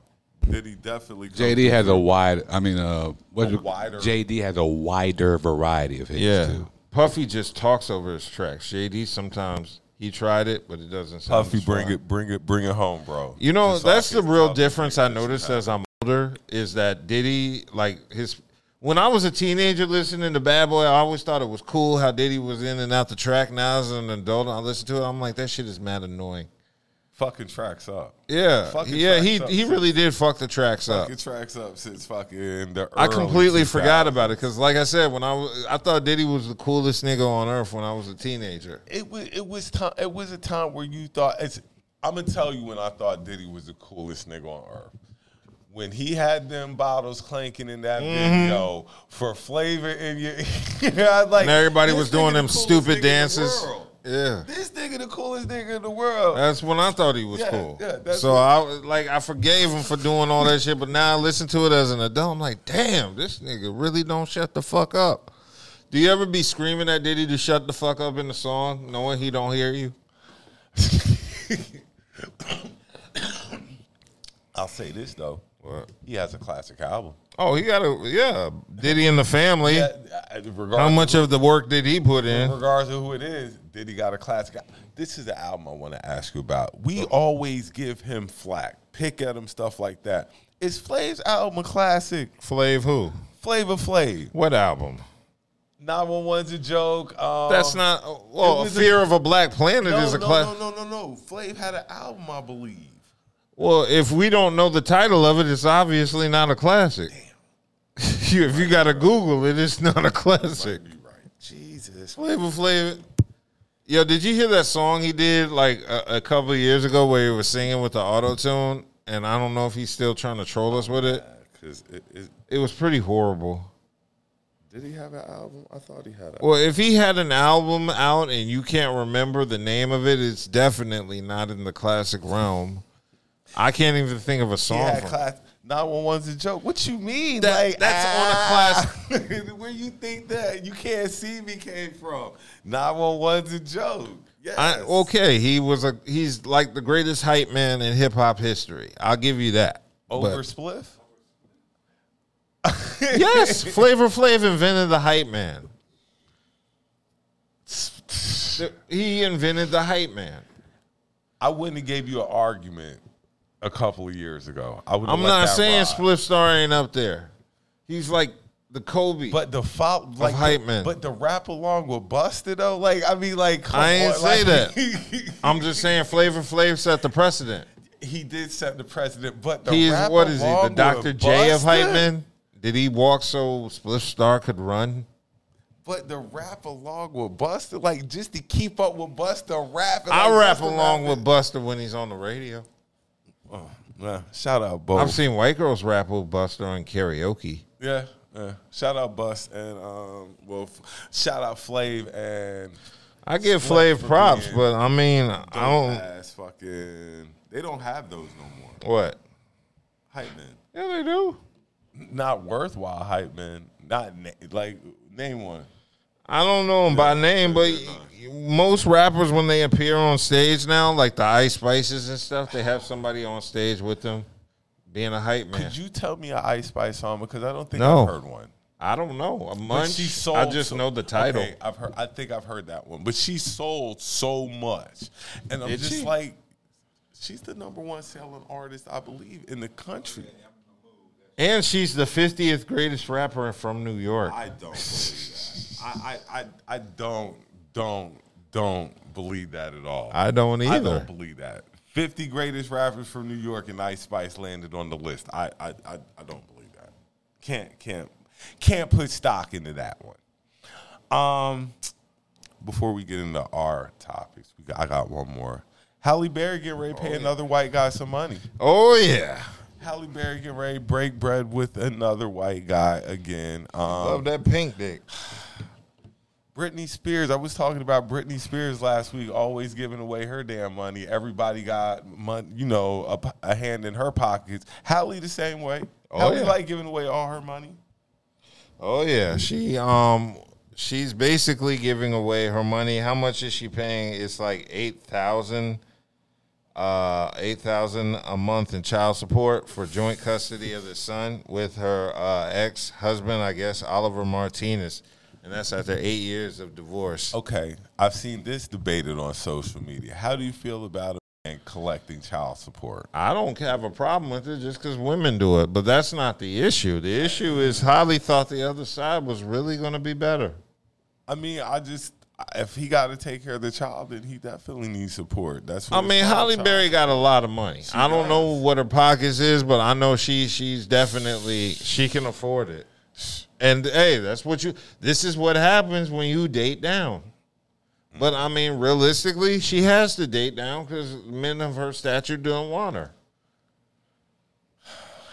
Diddy definitely. Come
JD has a wide. I mean, uh, what
A wider-
JD has a wider variety of hits
Yeah.
too.
Puffy just talks over his tracks. JD sometimes he He tried it, but it doesn't sound
Puffy,
as
bring
fine.
it, bring it, bring it home, bro.
You know,
Just so I
that's the
can
real
stop
difference I
thinking this
noticed
time.
as I'm older is that Diddy, like his, when I was a teenager listening to Bad Boy, I always thought it was cool how Diddy was in and out the track. Now as an adult, I listen to it, I'm like, that shit is mad annoying.
fucking tracks up.
Yeah,
Fucking
yeah,
tracks
he
up.
he really did fuck the tracks up.
Fucking tracks up since fucking the.
I
early
completely
2000s.
forgot about it because, like I said, when I was, I thought Diddy was the coolest nigga on earth when I was a teenager.
It was it was time. It was a time where you thought. It's, I'm gonna tell you when I thought Diddy was the coolest nigga on earth. When he had them bottles clanking in that
Mm-hmm.
video for flavor in your, you know, I was like
And everybody
this
was
nigga
doing
the
them
coolest nigga
stupid
in the
dances.
world.
Yeah,
This nigga the coolest nigga in the world.
that's when I thought he was
Yeah,
cool.
yeah, that's
so
what-
I was- like I forgave him for doing all that shit, but now I listen to it as an adult. I'm like, damn, this nigga really don't shut the fuck up. Do you ever be screaming at Diddy to shut the fuck up in the song, knowing he don't hear you?
I'll say this though,
What?
he has a classic album.
Oh, he got a yeah, Diddy and the family.
Yeah, I- regardless,
How much of the work did he put in?
regardless of who it is, Diddy got a classic. al- This is the album I want to ask you about. We always give him flack, pick at him, stuff like that. Is Flav's album a classic?
Flav who?
Flavor Flav.
What album?
911's a joke. Um,
That's not. uh, Well,
it was a-
Fear of a Black Planet
no,
is a
no,
class.
no, no, no, no. Flav had an album, I believe.
Well, if we don't know the title of it, it's obviously not a classic. you, if you got to Google it, it's not a classic.
You're right. Jesus.
Flavor Flav. Yo, did you hear that song he did like a, a couple of years ago where he was singing with the auto tune? And I don't know if he's still trying to troll us with
Oh,
it.
Because it, it,
It was pretty horrible.
did he have an album? I thought he had. A,
Well, if he had an album out and you can't remember the name of it, it's definitely not in the classic realm. I can't even think of a
he
song.
had
from-
class. 911's a joke. What you mean?
That-
like
that's on a
on a class. Where you think that you can't see me came from? 911's a joke. Yes.
I, oh, okay, he was a he's like the greatest hype man in hip hop history. I'll give you that.
Over
But-
spliff.
yes, Flavor Flav invented the hype man. He invented the hype man.
I wouldn't have gave you an argument a couple of years ago. I would.
I'm not saying Split Star ain't up there. He's like the Kobe.
But the fo- like
hype
the-
men.
But the rap along with Busta though, like I mean, like come
I ain't
on,
say
like-
I'm just saying Flavor Flav set the precedent.
he did set the precedent, but the
He is
rap
what is he?
along
The
with
Dr. J of
Busta?
hype men? Did he walk so Split Star could run?
But the rap along with Buster, like just to keep up with Buster rap.
I rap along with Buster when he's on the radio.
shout out Bo.
I've seen white girls rap with Buster on karaoke.
yeah, yeah. Shout out Bust and um, well, f- shout out Flav and
I give
Sweat
Flav
for
props,
being-
but I mean, I don't.
ass fucking. They don't have those no more.
What?
Hype men,
Yeah, they do.
not worthwhile hype men. Not na- like name one.
I don't know him by name, but most rappers when they appear on stage now, like the Ice Spices and stuff, they have somebody on stage with them, being a hype man.
Could you tell me an Ice Spice song because I don't think
No.
I've heard one.
I don't know. A
But
munch.
she sold.
I just
so-
know the title.
Okay, I've heard. I think I've heard that one. But she sold so much, and I'm
Did
just
she?
like, she's the number one selling artist, I believe, in the country.
And she's the 50th greatest rapper from New York.
I don't believe that. I, I, I, I don't, don't, don't believe that at all.
I don't
I
either.
don't believe that. Fifty greatest rappers from New York and Ice Spice landed on the list. I, I, I, I don't believe that. Can't, can't, can't put stock into that one. Um, before we get into our topics, we got, I got one more. Halle Berry getting ready to pay another white guy some money.
oh yeah,
Halle Berry getting ready to break bread with another white guy again. Um,
love that pink dick.
Britney Spears. I was talking about Britney Spears last week, always giving away her damn money. Everybody got money, you know, a, p- a hand in her pockets. Hallie the same way.
Oh,
Hallie
yeah.
like giving away all her money.
Oh yeah, she um she's basically giving away her money. How much is she paying? It's like eight thousand, uh, eight thousand a month in child support for joint custody of the son with her uh, ex husband, I guess Oliver Martinez. and that's after eight years of divorce.
Okay, I've seen this debated on social media. How do you feel about a man collecting child support?
I don't have a problem with it just because women do it, but that's not the issue. The issue is Holly thought the other side was really going to be better.
I mean, I just if he got to take care of the child, then he definitely needs support. That's what
I
it's
mean,
called,
Holly
child
Berry got a lot of money. I don't know what her pockets is, but I know she she's definitely she can afford it. And hey, that's what you. This is what happens when you date down. But I mean, realistically, she has to date down because men of her stature don't want her.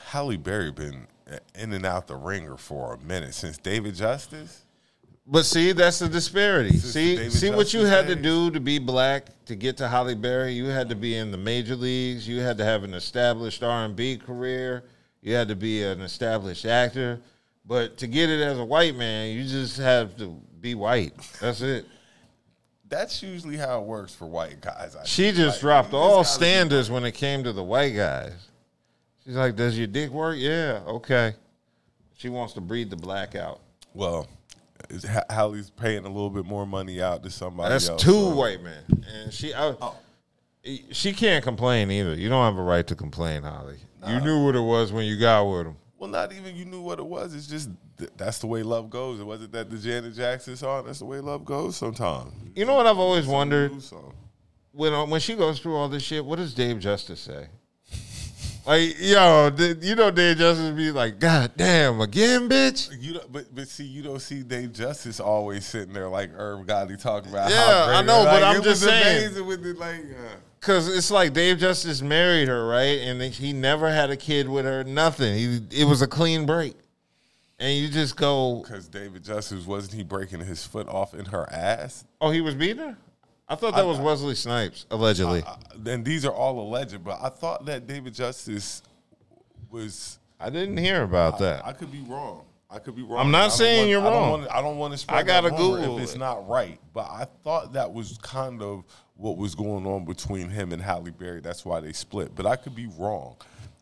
Halle Berry been in and out the ringer for a minute since David Justice.
But see, that's the disparity. see,
David
see what you
Justice
had to
days.
do to be black to get to Holly Berry. You had to be in the major leagues. You had to have an established R and B career. You had to be an established actor. But to get it as a white man, you just have to be white. That's it.
That's usually how it works for white guys. I
She
think.
just
Like,
dropped
you
all
just gotta
standards when it came to the white guys. She's like, "Does your dick work? Yeah, okay." She wants to breed the black out.
be- Well, is Ha- Halle's paying a little bit more money out to somebody.
That's
else,
two
so-
white men, and she I, e, she can't complain either. You don't have a right to complain, Holly. You knew what it was when you got with him.
Well, not even you knew what it was. It's just th- that's the way love goes. It wasn't that the Janet Jackson song. That's the way love goes. Sometimes
You know what I've always wondered
So
when when she goes through all this shit. What does Dave Justice say? Like yo, th- you know Dave Justice be like, God damn, again, bitch.
you, don't, but but see, you don't see Dave Justice always sitting there like Herb Gotti talking about.
Yeah,
how great
I know,
it-
but
like,
I'm
it
just
was
saying.
amazing with it, like. Uh,
Cause it's like Dave Justice married her, right? And then he never had a kid with her. Nothing. He, it was a clean break, and you just go,
Because David Justice wasn't he breaking his foot off in her ass?
Oh, he was beating her? I thought that was Wesley Snipes, allegedly. I,
Uh, And these are all alleged, but I thought that David Justice was.
didn't hear about that.
I could be wrong. I could be wrong.
I'm not
I don't
saying
want-
you're
I don't
wrong.
wanna- I don't want to spread.
I gotta
that rumor
Google
if it's
it.
not right. But I thought that was kind of what was going on between him and Halle Berry. That's why they split. But I could be wrong.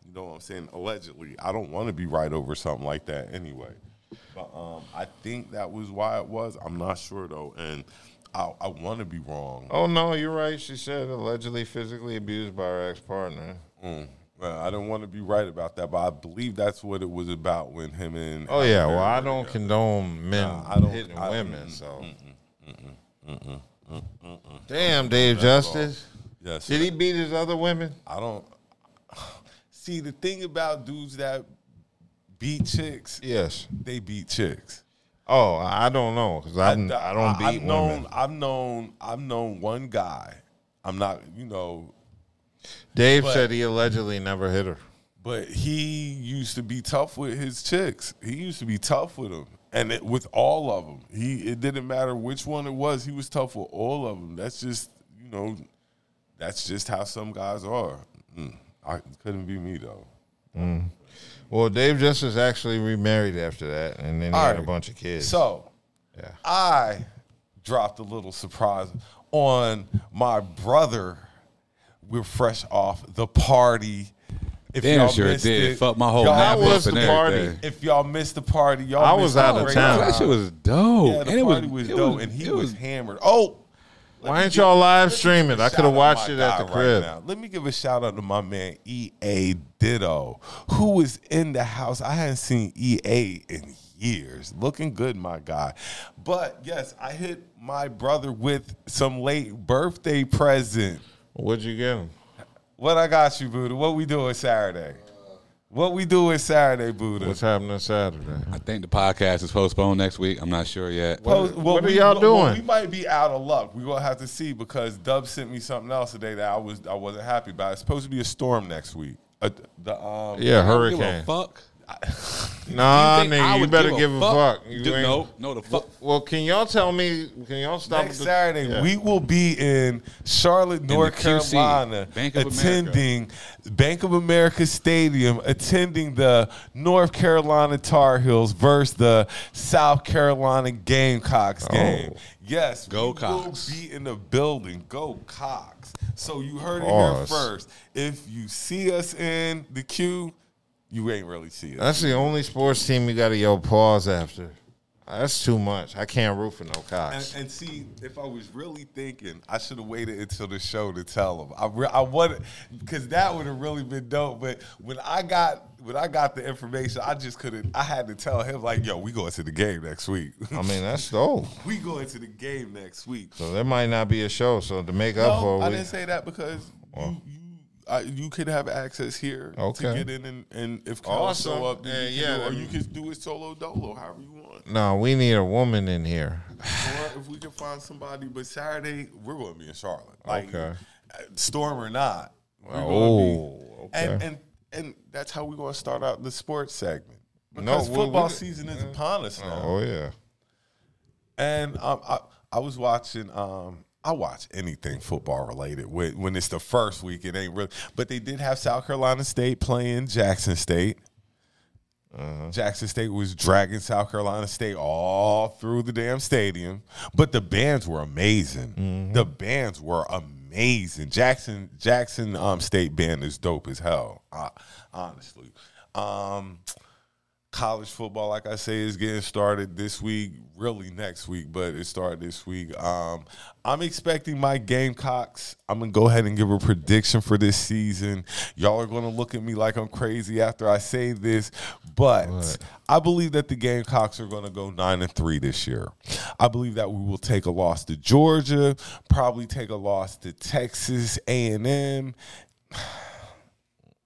You know what I'm saying? Allegedly, I don't want to be right over something like that anyway. But um, I think that was why it was. I'm not sure though, and I, I want to be wrong.
oh, no, you're right. She said allegedly physically abused by her ex partner.
Mm. Well, I don't want to be right about that, but I believe that's what it was about when him and
Oh, yeah. Well, I don't condone men
Nah, I don't-
hitting
I-
women,
mm-mm,
so. Damn, Dave Justice.
yes,
Did he beat his other women?
I don't see the thing about dudes that beat chicks.
Yes.
They beat chicks.
Oh, I I don't know because I, I, don't beat
I've known,
women.
I've known. I've known one guy. I'm not. You know,
Dave
but-
said he allegedly never hit her.
But he used to be tough with his chicks. He used to be tough with them, and it, with all of them. He it didn't matter which one it was. He was tough with all of them. That's just you know, that's just how some guys are. Mm, I couldn't be me though.
Well, Dave Justice actually remarried after that, and then he
All
had a
right.
bunch of kids.
So
yeah.
I dropped a little surprise on my brother. We're fresh off the party. If
Damn
y'all
sure it
missed
did. Fuck my whole
y'all
nap
was
up and
the party.
everything.
If y'all missed the party, y'all
I was
missed a
out of
great
town.
That shit was dope.
Yeah, the
and it
party was,
it
dope, and he
it
was, hammered. Oh,
Why ain't y'all live stream it? I
shout
could
out
have
to
watched
my
it at the
guy right
crib.
now. Let me give a shout out to my man EA Ditto, who was in the house. I hadn't seen EA in years. Looking good, my guy. But yes, I hit my brother with some late birthday present.
What'd you get him?
What I got you, Buddha? What we doing Saturday? What we doing Saturday, Buddha?
What's happening Saturday?
I think the podcast is postponed next week. I'm not sure yet.
What-
Post-
what are y'all doing?
we might be out of luck. We're gonna have to see because Dub sent me something else today that I was I wasn't happy about. It's supposed to be a storm next week. Uh, the um,
Yeah,
I don't give a
hurricane.
Fuck.
Nah,
think I
Ah, nigga, you
would
better give a fuck. You
Dude,
ain't-
no, no, the fuck.
Well, can y'all tell me? Can y'all stop?
next
the-
Saturday
Yeah.
we will be in Charlotte, North
QC,
Carolina,
Bank of America.
attending Bank of America Stadium, attending the North Carolina Tar Heels versus the South Carolina Gamecocks game. Yes,
Oh. Go
we
Cox.
will be in the building. Go Cox. So you heard it here
Bars.
first. If you see us in the queue, you ain't really see us.
That's the only sports team you got to yell pause after. That's too much. I can't root for no
And,
Cox.
and see, if I was really thinking, I should have waited until the show to tell him. I re- I wanted because that would have really been dope. But when I got when I got the information, I just couldn't. I had to tell him like, "Yo, we going to the game next week.
I mean, that's dope.
we going to the game next week."
So there might not be a show. So to make up
No,
for
I
it, we-
didn't say that because you you, I, you could have access here
Okay.
to get in, and, and if Kyle
Awesome.
show up,
Yeah,
then you
yeah,
can do, or
then-
you can do it solo dolo, however you want.
no, we need a woman in here.
or if we can find somebody. But Saturday, we're going to be in Charlotte. Like,
Okay.
uh, storm or not. we're gonna
Oh,
be- and,
okay.
and and that's how we're going to start out the sports segment.
No,
Because
we- we-
football season is upon us now.
Oh yeah.
And um, I, I was watching. Um, I watch anything football related. When, when it's the first week, it ain't really. But they did have South Carolina State playing Jackson State. Jackson State was dragging South Carolina State all through the damn stadium, but the bands were amazing. The bands were amazing. Jackson Jackson um, State band is dope as hell. Uh, honestly, um, college football, like I say, is getting started this week, really next week, but it started this week. Um, I'm expecting my Gamecocks. I'm going to go ahead and give a prediction for this season. Y'all are going to look at me like I'm crazy after I say this, but I believe that the Gamecocks are going to go 9 and 3 this year. I believe that we will take a loss to Georgia, probably take a loss to Texas A&M.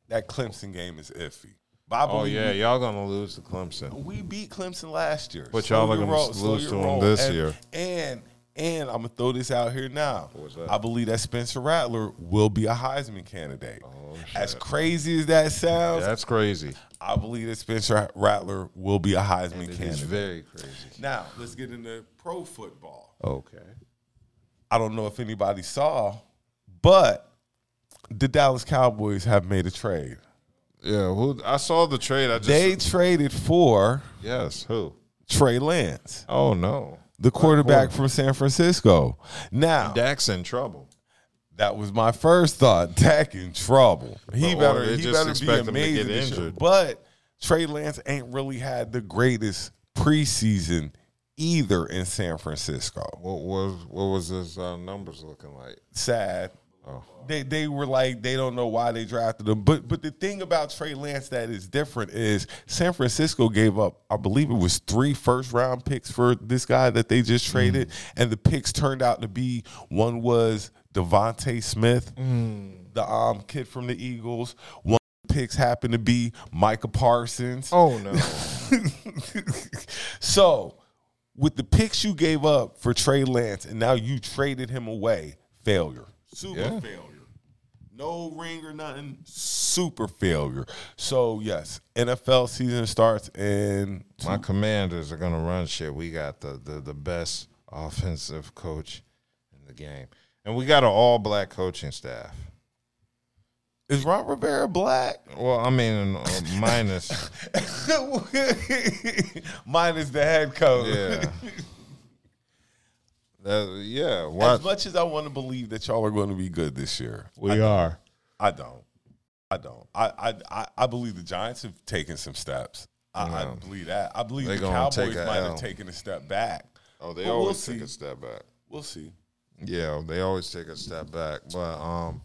That Clemson game is iffy. But I
Oh
believe
yeah. Y'all gonna lose to Clemson.
we beat Clemson last year.
But
Slow
y'all are
your
gonna
roll-
lose
slow
to
your
them
roll.
this
And-
year.
And and I'm gonna throw this out here now.
What's that?
I believe that Spencer Rattler will be a Heisman candidate.
Oh,
as crazy as that sounds,
That's crazy.
I believe that Spencer Rattler will be a Heisman
It's
candidate.
very crazy.
now let's get into pro football.
Okay.
I don't know if anybody saw, but the Dallas Cowboys have made a trade.
Yeah. Who? I saw the trade. I just.
They traded for
yes. Who?
Trey Lance.
Oh no.
the quarterback from San Francisco. Now,
Dak's in trouble.
that was my first thought. Dak in trouble. He
Or
better
oh, they
he
just
better
expect
be
him to get
amazing. this year.
injured.
But Trey Lance ain't really had the greatest preseason either in San Francisco.
What was what was his uh, numbers looking like?
Sad.
Oh.
They they were like they don't know why they drafted him. But but the thing about Trey Lance that is different is San Francisco gave up, I believe it was three first round picks for this guy that they just traded, and the picks turned out to be one was Devonte Smith, the um kid from the Eagles. One picks happened to be Micah Parsons.
Oh no.
so, with the picks you gave up for Trey Lance, and now you traded him away, failure. Super
Yeah.
failure. No ring or nothing. Super failure. So, yes, NFL season starts in.
My commanders are gonna run shit. We got the the, the best offensive coach in the game. And we got an all black coaching staff.
Is Ron Rivera black?
Well, I mean, uh, minus,
Minus the head coach.
yeah, that, yeah.
As
What
much as I want to believe that y'all are going to be good this year,
we are,
I don't. I don't. I I I, I believe the Giants have taken some steps. I, I believe that. I believe
They
the
gonna
Cowboys
take
might
a L.
have taken a step back.
oh, they
But we'll
always take
see.
a step back.
We'll see.
Yeah, they always take a step back. But um,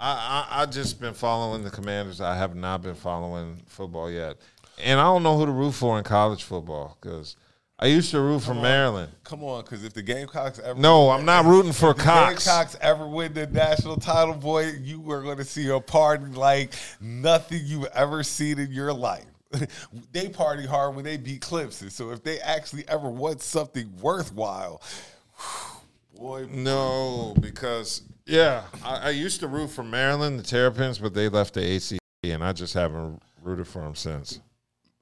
I I, I just been following the Commanders. I have not been following football yet, and I don't know who to root for in college football because I used to root for Maryland.
Come on, because if the Gamecocks ever
No, I'm not rooting for
if the
Cox.
Gamecocks ever win the national title, boy, you are going to see a party like nothing you've ever seen in your life. they party hard when they beat Clemson. So if they actually ever want something worthwhile, boy,
No, because yeah, I, I used to root for Maryland, the Terrapins, but they left the ACC, and I just haven't rooted for them since.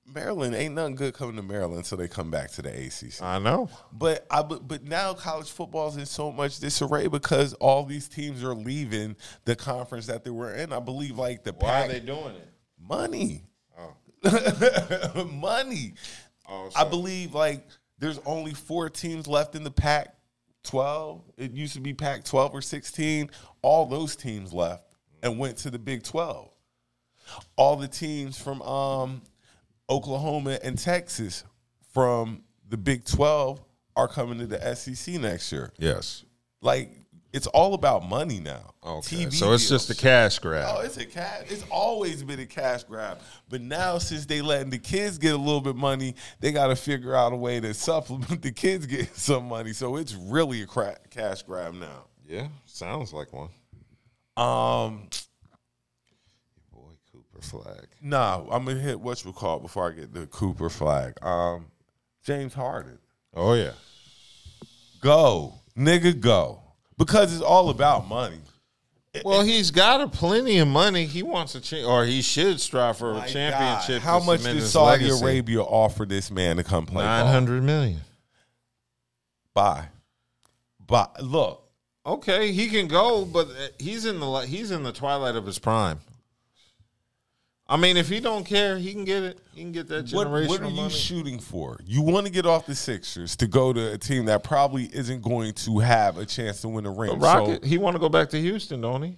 Maryland ain't nothing good coming to Maryland, so they come back to the ACC.
I know.
But I but, but now college football's in so much disarray because all these teams are leaving the conference that they were in. I believe like the Pac-
doing it?
money, money.
Oh,
I believe like there's only four teams left in the Pac 12. It used to be Pac 12 or 16. All those teams left and went to the Big 12. All the teams from um, Oklahoma and Texas from the the Big Twelve are coming to the SEC next year.
Yes.
Like it's all about money now.
Okay. so it's just a cash grab.
Oh, it's a cash. It's always been a cash grab. But now, since they letting the kids get a little bit money, they got to figure out a way to supplement the kids getting some money. So it's really a cra- cash grab now.
Yeah. Sounds like one.
Um,
Boy, Cooper Flag.
nah, I'm gonna hit what you call before I get the Cooper flag. Um, James Harden,
Oh yeah.
go nigga, go because it's all about money.
Well, he's got a plenty of money. He wants a cha- or he should strive for a
My
championship.
God, How
to
much
cement
did
his
Saudi
legacy.
Arabia offer this man to come play?
Nine
ball?
hundred million.
Bye, bye. Look,
Okay, he can go, but uh, he's in the li- he's in the twilight of his prime. I mean, if he don't care, he can get it. He can get that
What,
generational
what are you
money.
shooting for? You want to get off the Sixers to go to a team that probably isn't going to have a chance to win a ring.
Rocket.
So,
he want to go back to Houston, don't he?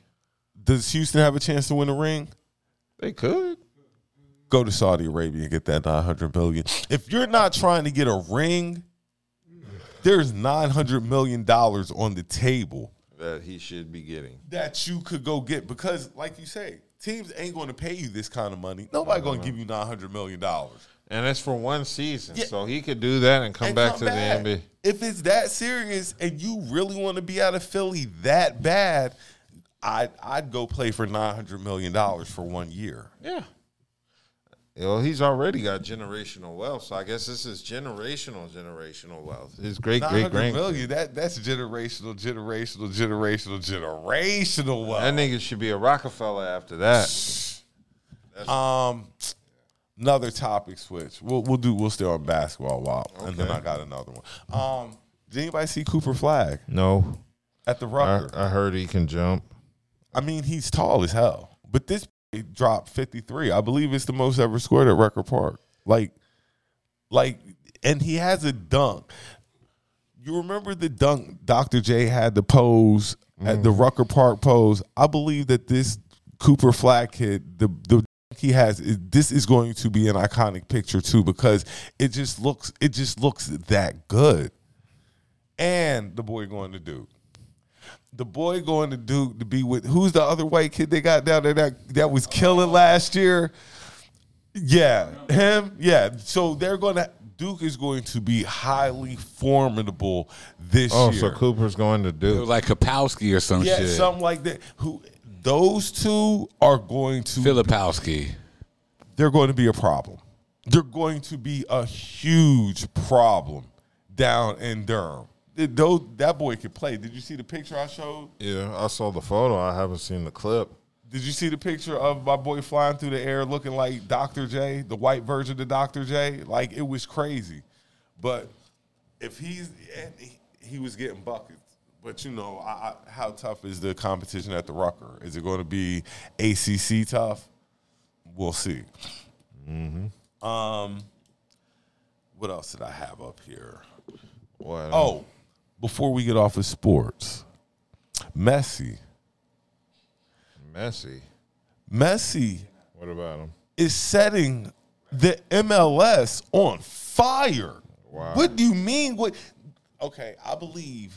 does Houston have a chance to win a ring?
They could.
Go to Saudi Arabia and get that 900 million. If you're not trying to get a ring, there's 900 million dollars on the table
That he should be getting.
that you could go get because like you say, teams ain't going to pay you this kind of money. Nobody
Uh-huh.
going to give you 900 million dollars.
And that's for one season,
Yeah.
so he could do that and come
and
back
come
to
back.
the NBA.
If it's that serious and you really want to be out of Philly that bad, I'd I'd go play for nine hundred million dollars for one year.
Yeah. Well, he's already got generational wealth, so I guess this is generational, generational wealth. His great great
900
grand.
million, that that's generational, generational, generational, generational
That
wealth.
nigga should be a Rockefeller after that.
Um, another topic switch. We'll we'll do we'll stay on basketball a while, and then I got another one. Um, did anybody see Cooper Flag
No,
at the
I,
Rucker?
I heard he can jump.
I mean, he's tall as hell, but this dropped 53. I believe it's the most ever scored at Record Park. Like, like, and he has a dunk. You remember the dunk Dr. J had the pose at the Rucker Park pose? I believe that this Cooper Flag kid, the the dunk he has, it- this is going to be an iconic picture too because it just looks it just looks that good. And the boy going to Duke the boy going to Duke to be with who's the other white kid they got down there that that was killing last year? Yeah, him. Yeah, so they're going to Duke is going to be highly formidable this
Oh,
year.
so Cooper's going to
It was
do.
like Kapowski or some
Yeah,
shit.
something like that. Who those two are going to?
Filipowski.
They're going to be a problem. They're going to be a huge problem down in Durham. Th- Those, that boy could play. Did you see the picture I showed?
Yeah, I saw the photo. I haven't seen the clip.
Did you see the picture of my boy flying through the air looking like Dr. J, the white version of Dr. J? Like it was crazy. But if he's and he, he was getting buckets. But you know, I, I, how tough is the competition at the Rucker? Is it going to be ACC tough? We'll see. Um, what else did I have up here?
What? um,
Oh, before we get off of sports, Messi,
messy.
Messi
What about him?
is setting the MLS on fire.
Wow.
What do you mean? What? Okay, I believe.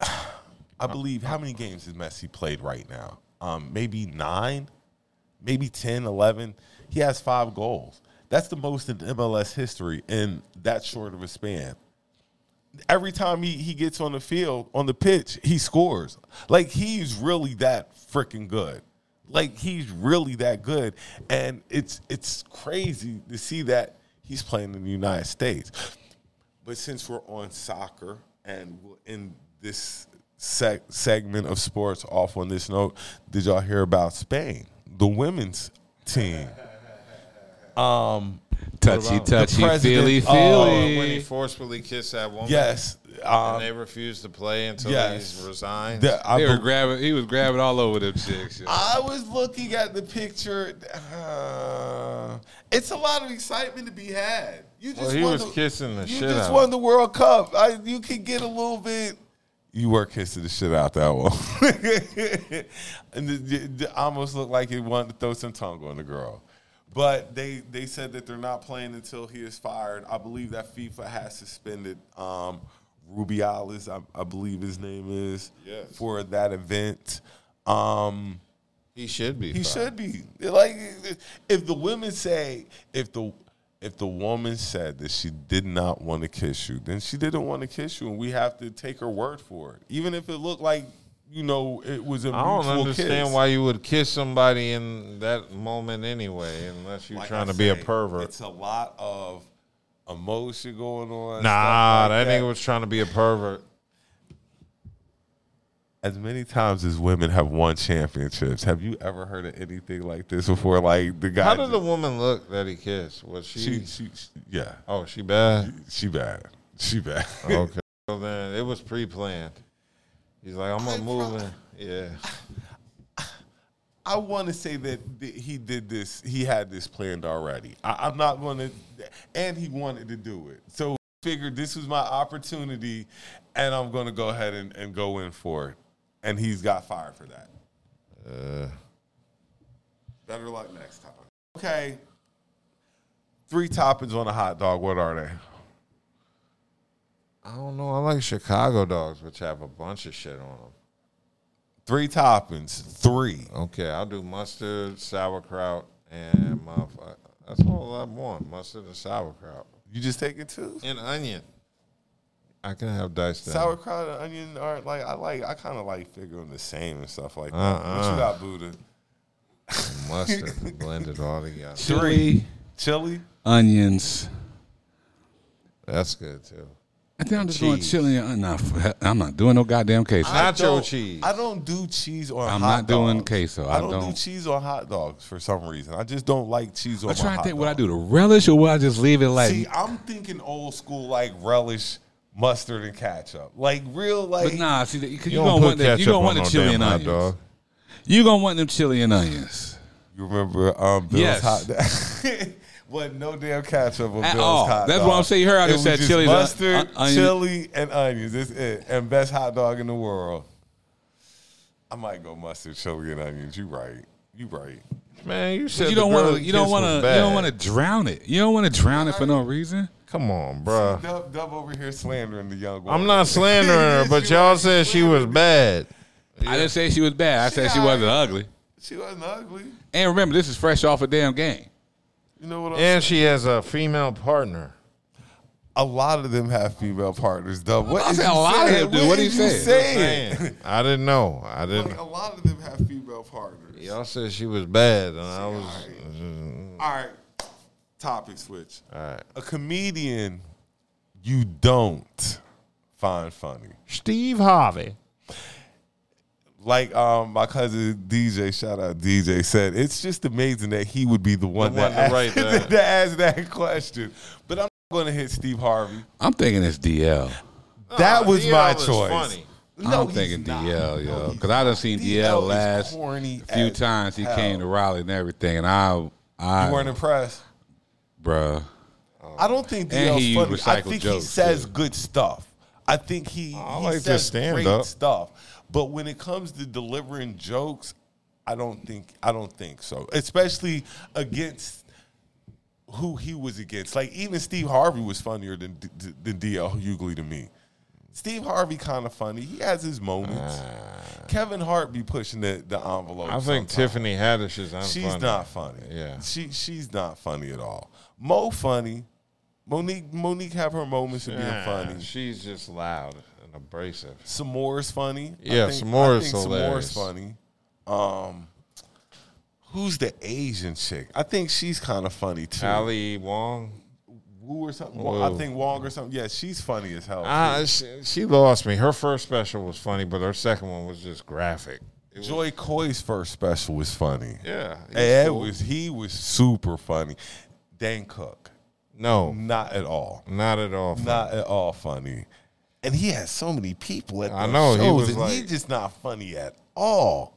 I believe. How many games has Messi played right now? Um, maybe nine, maybe 10, 11. He has five goals. That's the most in MLS history in that short of a span. Every time he, he gets on the field, on the pitch, he scores. Like, he's really that freaking good. Like, he's really that good. And it's it's crazy to see that he's playing in the United States. But since we're on soccer and we'll end this seg- segment of sports off on this note, did y'all hear about Spain, the women's team?
Touchy, touchy,
president
feely,
of-
Oh, when he
feely.
forcefully kissed that woman.
Yes.
And
Um,
they refused to play until
Yes.
he's resigned.
the- I,
They were
be-
grabbing. He was grabbing all over them chicks.
Ah,
yo.
I was looking at the picture. Uh, it's a lot of excitement to be had. You just
well, he
won
was
the-
kissing the
You
shit
just
out.
won the World Cup. I, you can get a little bit. You were kissing the shit out that one, and it, it- it almost looked like you wanted to throw some tongue on the girl. But they they said that they're not playing until he is fired. I believe that FIFA has suspended um, Rubiales, I, I believe his name is,
Yes.
for that event. Um,
He should be.
he
fired.
should be like if the women say if the if the woman said that she did not want to kiss you, then she didn't want to kiss you, and we have to take her word for it, even if it looked like you know it was a
I don't
mutual
understand
kiss.
why you would kiss somebody in that moment anyway, unless you're
Like
trying
I
to be a
say,
pervert.
It's a lot of emotion going
Nah,
on. stuff like
that, nigga was trying to be a pervert.
as many times as women have won championships, have you ever heard of anything like this before? Like the guy,
How did the
just-
woman look that he kissed? Was she?
she, she, she, yeah,
oh, she bad.
she bad, she bad.
Okay. so then it was pre-planned. He's like, I'm gonna move in. Yeah.
I want to say that th- he did this. He had this planned already. I, I'm not going to, and he wanted to do it. So figured this was my opportunity, and I'm going to go ahead and, and go in for it. And he's got fired for that.
Uh,
Better luck next time. Okay. Three toppings on a hot dog. What are they?
I don't know. I like Chicago dogs, which have a bunch of shit on them.
Three toppings. Three.
Okay, I'll do mustard, sauerkraut, and motherfucker. That's all I want: mustard and sauerkraut
You just taking two.
and onion. I can have diced onion.
Sauerkraut and onion aren't like I like. I kind of like figuring the same and stuff like that. What
Uh-uh.
you got, Buddha?
mustard blended all together.
Three
Chili.
onions.
That's good too.
I think I'm just going
Cheese.
chili. and- uh, Nah, f- I'm not doing no goddamn queso.
I-
I,
Nacho
don't-
cheese.
I don't do cheese on
I'm
hot
not doing
dogs.
queso.
I
I
don't, do
don't-
cheese on hot dogs for some reason. I just don't like cheese on
am
my
trying to
hot
think what I
dog.
do to relish or what I just leave it like.
See, I'm thinking old school like relish, mustard, and ketchup. Like real like
but nah, see, you, you
don't
gonna
put
want the, you
ketchup
gonna want
on
the
no
chili
damn
and
hot
onions.
dog.
You gonna want them chili and onions
you remember um Bill's
Yes.
hot dog. But no damn ketchup on
At
Bill's
all.
hot
That's
dog.
what I'm saying. You heard I
It
just
was
said chili's on-
mustard,
on- onion-
chili, and onions. That's it. And best hot dog in the world. I might go mustard, chili, and onions. You right. You right.
Man, you said
you
the
don't want
girl
to. You don't
kiss
want to.
was
You don't
bad.
want to drown it. You don't want to drown it for no reason.
Come on, bruh.
Dub, Dub over here slandering the young woman.
Uh. I'm not slandering her, but y'all said she was bad.
I didn't say she was bad. I said she wasn't ugly.
She wasn't ugly.
And remember, this is fresh off a damn game.
You know what? I'm
And she has a female partner.
A lot of them have female partners, Dub. What
I
is
said
you
a lot of
saying?
them do. What
is
he
you
saying?
saying?
Man, I didn't know. I didn't.
Like, a lot of them have female partners.
Y'all said she was bad, and I was.
All right. Topic switch.
All right.
A comedian you don't find funny.
Steve Harvey.
Like um, my cousin DJ, shout out DJ, said it's just amazing that he would be the one,
one
that,
to
asked,
write that.
that asked that question. But I'm not going to hit Steve Harvey.
I'm thinking it's DL.
That was
DL
my
is
choice.
funny.
I'm thinking DL, yo, because I done seen DL,
DL is
last
corny
few
as
times he
hell.
came to Raleigh and everything, and I, I,
You weren't impressed.
bruh,
I don't think
And
DL's
he
funny. I
recycled
think he
jokes,
says
too.
good stuff. I think he,
I
he
like to
says
stand
great
up.
stuff. But when it comes to delivering jokes, I don't think I don't think so. Especially against who he was against. Like even Steve Harvey was funnier than D- D- than DL Hughley to me. Steve Harvey kind of funny. He has his moments. Kevin Hart be pushing the, the envelope.
I think
sometimes.
Tiffany Haddish is unfunny.
She's not funny.
Yeah.
She she's not funny at all. Mo funny. Monique Monique have her moments of being
Nah,
funny.
She's just loud and abrasive.
S'more's funny.
Yeah, S'more is
S'more's
hilarious.
funny. Um who's the Asian chick? I think she's kind of funny too.
Ali Wong.
Wu or something. Wong- I
Wu.
think Wong or something. Yeah, she's funny as hell.
Ah, she, she lost me. Her first special was funny, but her second one was just graphic. It was-
Joy Coy's first special was funny.
yeah. it was
And it
cool.
was he was super funny. Dan Cook,
no,
not at all.
not at all. funny.
not at all funny. And he has so many people at
I
those
know, he
shows,
was
and
like-
he's just not funny at all.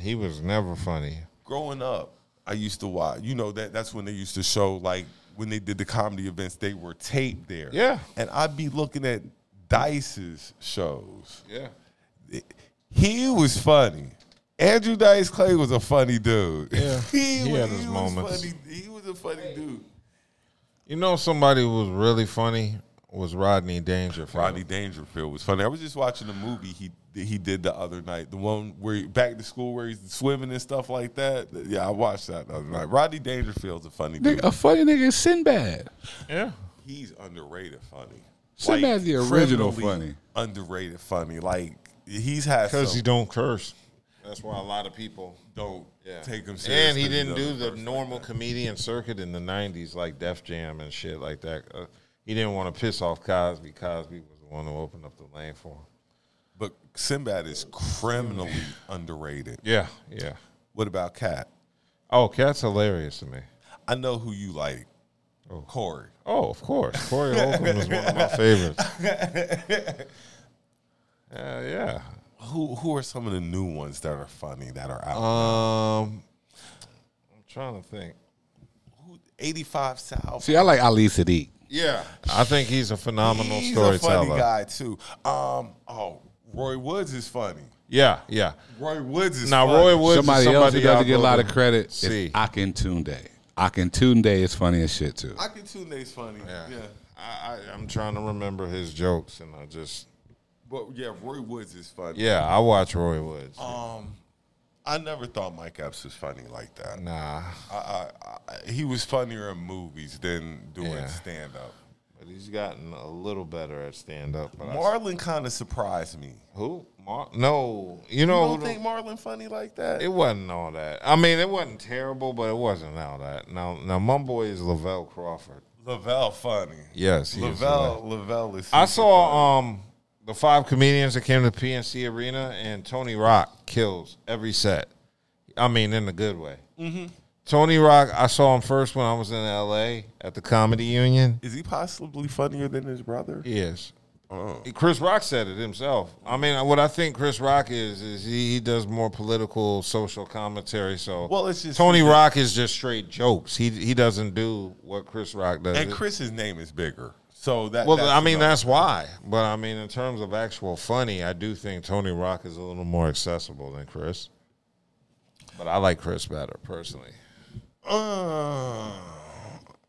He was never funny.
Growing up, I used to watch. You know that that's when they used to show like when they did the comedy events, they were taped there.
Yeah.
and I'd be looking at Dice's shows.
Yeah.
He was funny. Andrew Dice Clay was a funny dude.
Yeah.
he,
he had his moments.
Funny. He was a funny dude.
You know, somebody who was really funny was Rodney Dangerfield.
Rodney Dangerfield was funny. I was just watching a movie he he did the other night, the one where he, back to school where he's swimming and stuff like that. Yeah, I watched that the other night. Rodney Dangerfield's a funny dude.
Nigga, a funny nigga is Sinbad.
Yeah.
He's underrated funny.
Sinbad's the original
criminally
funny.
Underrated funny. Like he's had
Because
some-
he don't curse. That's why a lot of people
don't take him serious.
And he
'cause
didn't do
doesn't
the
curse like
normal comedian circuit in the '90s, like Def Jam and shit like that. Uh, he didn't want to piss off Cosby. Cosby was the one who opened up the lane for him.
that. But Sinbad is criminally underrated.
Yeah, yeah.
What about Cat?
Oh, Cat's hilarious to me.
I know who you like. Corey.
Oh, of course. Corey Holcomb is one of my favorites. Uh, yeah.
Who who are some of the new ones that are funny that are
Uh,
out?
Um, I'm trying to think.
Who- 85 South.
See, I like Ali Sadiq.
Yeah, I think he's a phenomenal
He's a
storyteller.
funny guy too. Um, oh, Roy Woods is funny.
Yeah, yeah.
Roy Woods is
Now
funny.
Roy Woods
somebody,
is
else
somebody
who doesn't
I'll
get a
go
lot of
to
credit
See,
is Akintunde. Akintunde is funny as shit too.
I can tune is funny. Yeah.
yeah, I, I, I'm trying to remember his jokes, and I just
but yeah, Roy Woods is funny.
yeah, I watch Roy Woods.
Um, I never thought Mike Epps was funny like that.
nah,
I, I, I, he was funnier in movies than doing
Yeah.
stand up.
but he's gotten a little better at stand up. But I-
Marlon kind of surprised me.
who? Mar- no, you
You
know,
don't
who the-
think Marlon funny like that?
it wasn't all that. I mean, it wasn't terrible, but it wasn't all that. Now, now, my boy is Lavelle Crawford.
Lavelle funny.
Yes, he is
Lavelle, Lavelle is.
I
super
saw um the five comedians that came to PNC Arena, and Tony Rock kills every set. I mean, in a good way. Mm-hmm. Tony Rock, I saw him first when I was in L.A. at the Comedy Union.
Is he possibly funnier than his brother?
Yes.
Oh.
Uh, Chris Rock said it himself. I mean, what I think Chris Rock is is he, he does more political, social commentary. So
Well, it's just-
Tony Rock is just straight jokes. He he doesn't do what Chris Rock does.
And Chris's name is bigger, so that.
Well,
that's
I mean
another-
that's why, but I mean in terms of actual funny, I do think Tony Rock is a little more accessible than Chris. But I like Chris better personally.
Uh,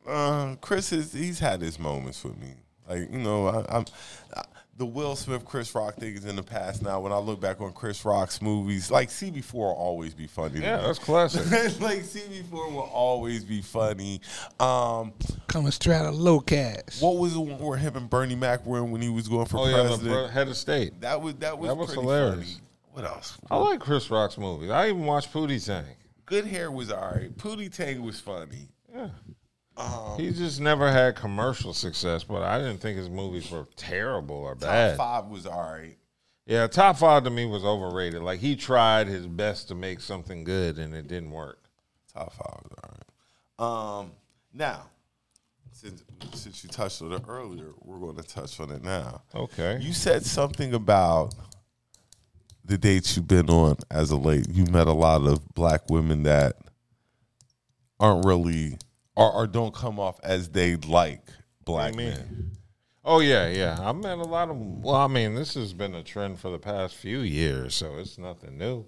uh, Chris is he's had his moments with me. Like you know, I, I'm I, the Will Smith, Chris Rock thing is in the past now. When I look back on Chris Rock's movies, like CB4 will always be funny. to me.
classic.
like CB4 will always be funny. Um,
Coming straight out of low cash.
what was the one where him and Bernie Mac were in when he was going for
oh yeah, the
president?
bro- head of state.
that was that was
That was
pretty
hilarious.
funny. What else?
I like Chris Rock's movies. I even watch Pootie Tank.
Good hair was all right. Pootie Tang was funny.
He just never had commercial success, but I didn't think his movies were terrible or
Top
bad.
five was all right.
Yeah, top five to me was overrated. Like he tried his best to make something good and it didn't work.
Top five was all right. Um, now, since since you touched on it earlier, we're going to touch on it now.
Okay.
You said something about the dates you've been on as of late. You met a lot of black women that aren't really or, or don't come off as they like black
do you mean?
men.
Oh yeah, yeah. I met a lot of. Well, I mean, this has been a trend for the past few years, so it's nothing new.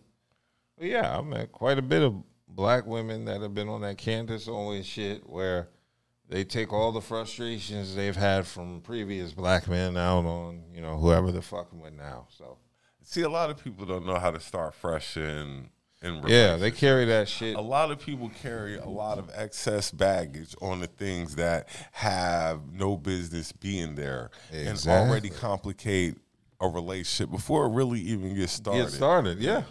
But yeah, I met quite a bit of black women that have been on that Candace Owens shit, where they take all the frustrations they've had from previous black men out on you know whoever they're fucking with now. So
See, a lot of people don't know how to start fresh in in
yeah, they carry that shit.
a lot of people carry a lot of excess baggage on the things that have no business being there and
Exactly.
already complicate a relationship before it really even gets started.
Get started, yeah.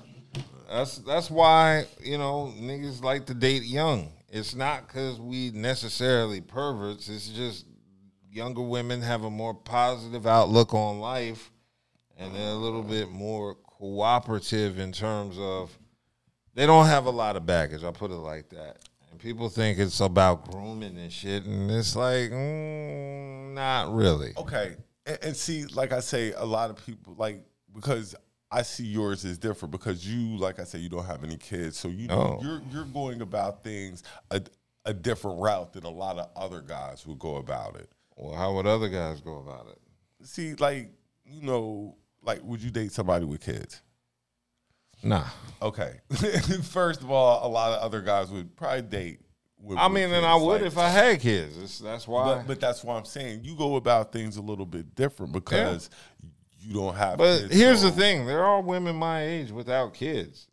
That's that's why you know niggas like to date young. It's not because we necessarily perverts. It's just younger women have a more positive outlook on life, and they're a little bit more cooperative in terms of they don't have a lot of baggage. I put it like that. And people think it's about grooming and shit, and it's like mm, not really.
Okay. And, and see, like I say, a lot of people, like, because I see yours is different because you, like I say, you don't have any kids. So you,
No.
you're, you're going about things a, a different route than a lot of other guys would go about it.
Well, how would other guys go about it?
See, like, you know, like, would you date somebody with kids?
Nah.
Okay. First of all, a lot of other guys would probably date. With,
I
with
mean, and
kids,
I would
like-
if I had kids. It's, that's why.
But, but that's why I'm saying you go about things a little bit different because you don't have.
But
kids,
here's
so-
the thing: there are women my age without kids.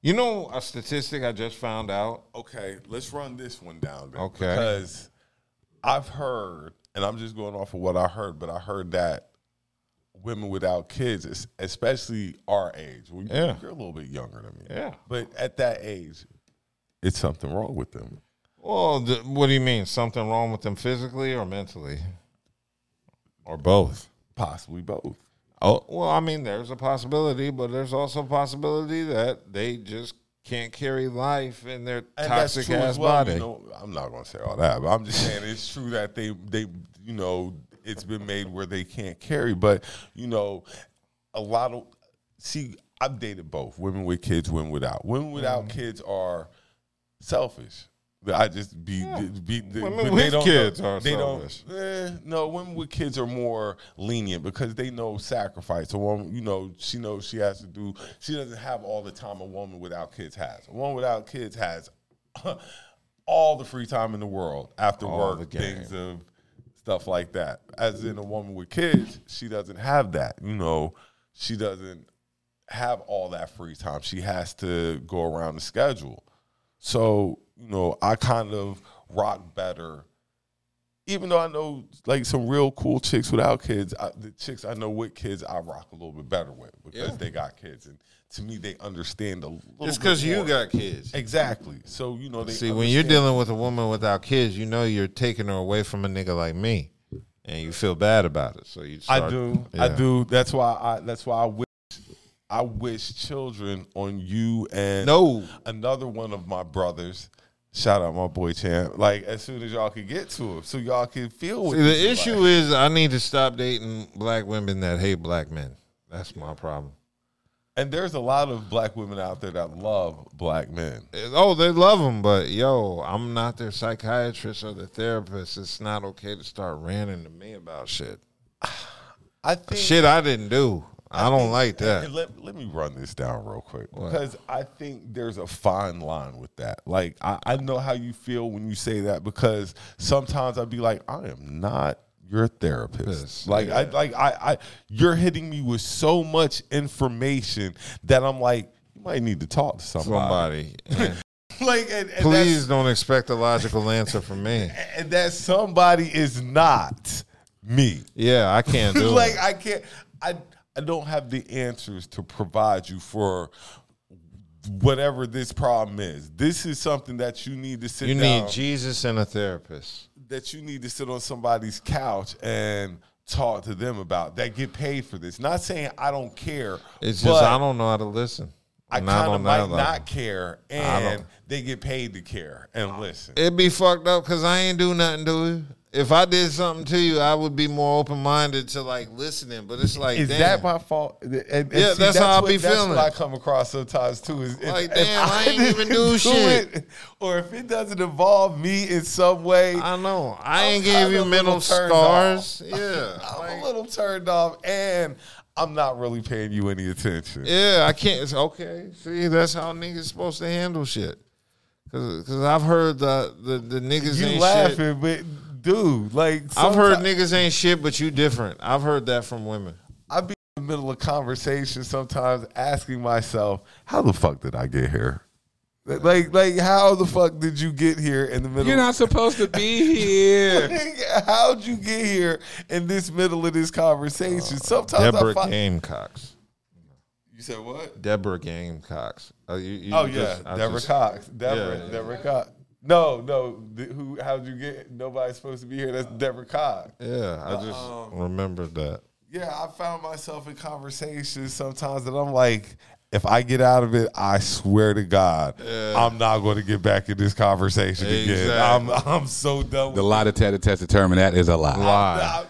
You know a statistic I just found out.
Okay, let's run this one down. Then,
Okay.
Because I've heard, and I'm just going off of what I heard, but I heard that women without kids, es- especially our age, when you-
Yeah.
you're a little bit younger than me.
Yeah.
But at that age, it's something wrong with them.
Well, th- what do you mean? Something wrong with them physically or mentally, or both?
Possibly both.
Oh, well, I mean, there's a possibility, but there's also a possibility that they just can't carry life in their
And that's
toxic
true
ass
as well,
body.
You know, I'm not gonna say all that, but I'm just saying it's true that they they you know it's been made where they can't carry, but you know a lot of see I've dated both women with kids, women without. Women without kids are selfish. I just be, be, be
Women
but they
with
don't-
kids are
they don't-
selfish.
Eh, no, women with kids are more lenient because they know sacrifice. A woman, you know, she knows she has to do. She doesn't have all the time a woman without kids has. A woman without kids has all the free time in the world after
All the
work,
game.
things of stuff like that. As in a woman with kids, she doesn't have that. You know, she doesn't have all that free time. She has to go around the schedule. So, you know, I kind of rock better. Even though I know like some real cool chicks without kids, I, the chicks I know with kids, I rock a little bit better with because
Yeah.
they got kids, and to me, they understand a little.
Just
bit
because you
more.
got kids.
exactly. So you know they
See, when you're
understand-
dealing with a woman without kids, you know you're taking her away from a nigga like me, and you feel bad about it. So you, start,
I do. I
Yeah.
do. That's why I. That's why I wish. I wish children on you and
No,
another one of my brothers. Shout out my boy Champ. Like as soon as y'all could get to him, so y'all can feel. What
See,
this
the
is
issue
like.
is I need to stop dating black women that hate black men. That's my problem.
and there's a lot of black women out there that love black men.
Eh, Oh, they love them, but yo, I'm not their psychiatrist or their therapist. It's not okay to start ranting to me about shit.
I think
Shit I didn't do. I don't like
And
that.
let, let me run this down real quick because I think there's a fine line with that. Like, I, I know how you feel when you say that because sometimes I'd be like, I am not your therapist.
Yes,
like, I like I, I you're hitting me with so much information that I'm like, you might need to talk to somebody.
Somebody. Eh.
like, and, and
Please don't expect a logical answer from me.
that's, and that somebody is not me.
Yeah, I can't do
like
it.
I can't. I I don't have the answers to provide you for whatever this problem is. This is something that you need to sit.
You
down,
need Jesus and a therapist.
that you need to sit on somebody's couch and talk to them about that. Get paid for this. Not saying I don't care.
It's
but
just I don't know how to listen.
I
Not
kind of
on
might
that level.
not care, and
don't-
they get paid to care and listen.
It'd be fucked up because I ain't do nothing to you. If I did something to you, I would be more open minded to like listening. But it's like,
Is
damn,
that my fault? And- and- and
Yeah, that's how I
what,
be
that's
feeling.
What I come across sometimes too is if-
Like,
if
damn, I ain't even
didn't
do shit.
it, or if it doesn't involve me in some way,
I know. I
I'm
ain't gave
kinda a
you
little
mental
turned
scars. Yeah,
I'm a
like,
little turned off, and I'm not really paying you any attention.
yeah. I can't. It's okay. See, that's how niggas supposed to handle shit. Cause, 'cause I've heard the the, the niggas
you
ain't
laughing,
shit.
but dude, like
I've heard
sometimes-
niggas ain't shit, but you different. I've heard that from women.
I be in the middle of conversation sometimes, asking myself, "How the fuck did I get here?" Like, like, how the fuck did you get here in the middle?
You're not supposed to be here.
How'd you get here in this middle of this conversation? Sometimes I
Uh, Deborah
find
Gamecocks.
you said what?
Deborah Gamecocks. Uh, you, you
Oh
just-
yeah,
I
Deborah
just-
Cox. Deborah,
Yeah, yeah.
Deborah Cox. No, no. th- who? How'd you get? Nobody's supposed to be here. That's Deborah Cox.
Yeah, I just remembered that.
Yeah, I found myself in conversations sometimes that I'm like, if I get out of it, I swear to God, I'm not going to get back in this conversation again. I'm,
Exactly.
I'm so done. with
The lie detector test determined that is a lie.
Lie.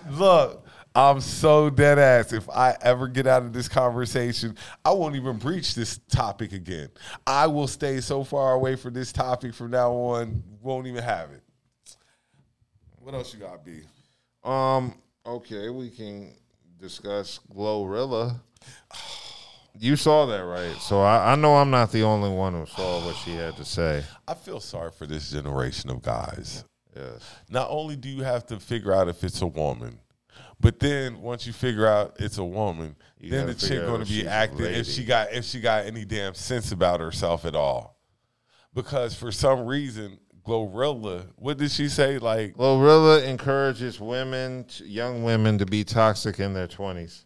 I- look, I'm so dead ass. If I ever get out of this conversation, I won't even breach this topic again. I will stay so far away from this topic from now on. Won't even have it. What else you got, B?
Um. Okay, we can discuss Glorilla. You saw that, right? So I, I know I'm not the only one who saw what she had to say.
I feel sorry for this generation of guys.
Yes.
Not only do you have to figure out if it's a woman, but then once you figure out it's a woman,
You
then the
gotta
chick
figure out
going
if
to be
she's a
acting if
lady.
she got if she got any damn sense about herself at all. Because for some reason, Glorilla, what did she say? Like
Glorilla encourages women, to- young women, to be toxic in their 20s.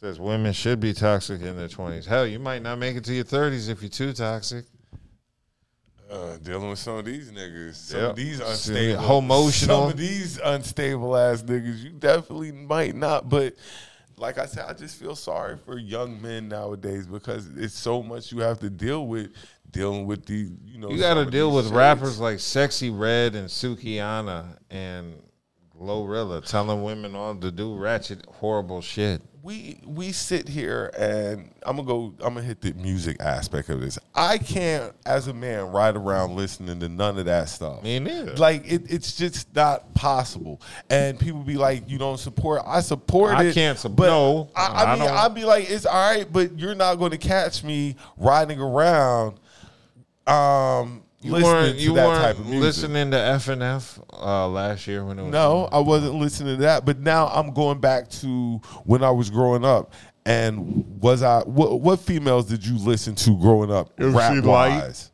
Says women should be toxic in their 20s. Hell, you might not make it to your 30s if you're too toxic.
uh, dealing with some of these niggas, some
Yep.
of these
Some
unstable,
homotional.
some of these unstable ass niggas. You definitely might not, but like I said, I just feel sorry for young men nowadays because it's so much you have to deal with dealing with these. You know,
You got
some
to
of
deal
these
with
shades.
rappers like Sexy Red and Sukiana and Glorilla telling women all to do ratchet, horrible shit.
we we sit here and I'm gonna go. I'm gonna hit the music aspect of this. I can't, as a man, ride around listening to none of that stuff.
Me neither.
Like it, it's just not possible. And people be like, "You don't support." I support
I
it.
can't sup-
But
no,
I, I,
I
mean,
don't-
I'd be like, "It's all right," but you're not going to catch me riding around. Um,
You
listening
weren't,
to
you
that
weren't
type of music.
listening to FNF uh, last year when it was.
No, I wasn't listening to that. But now I'm going back to when I was growing up. And was I what, what females did you listen to growing up?
MC
Rap wise,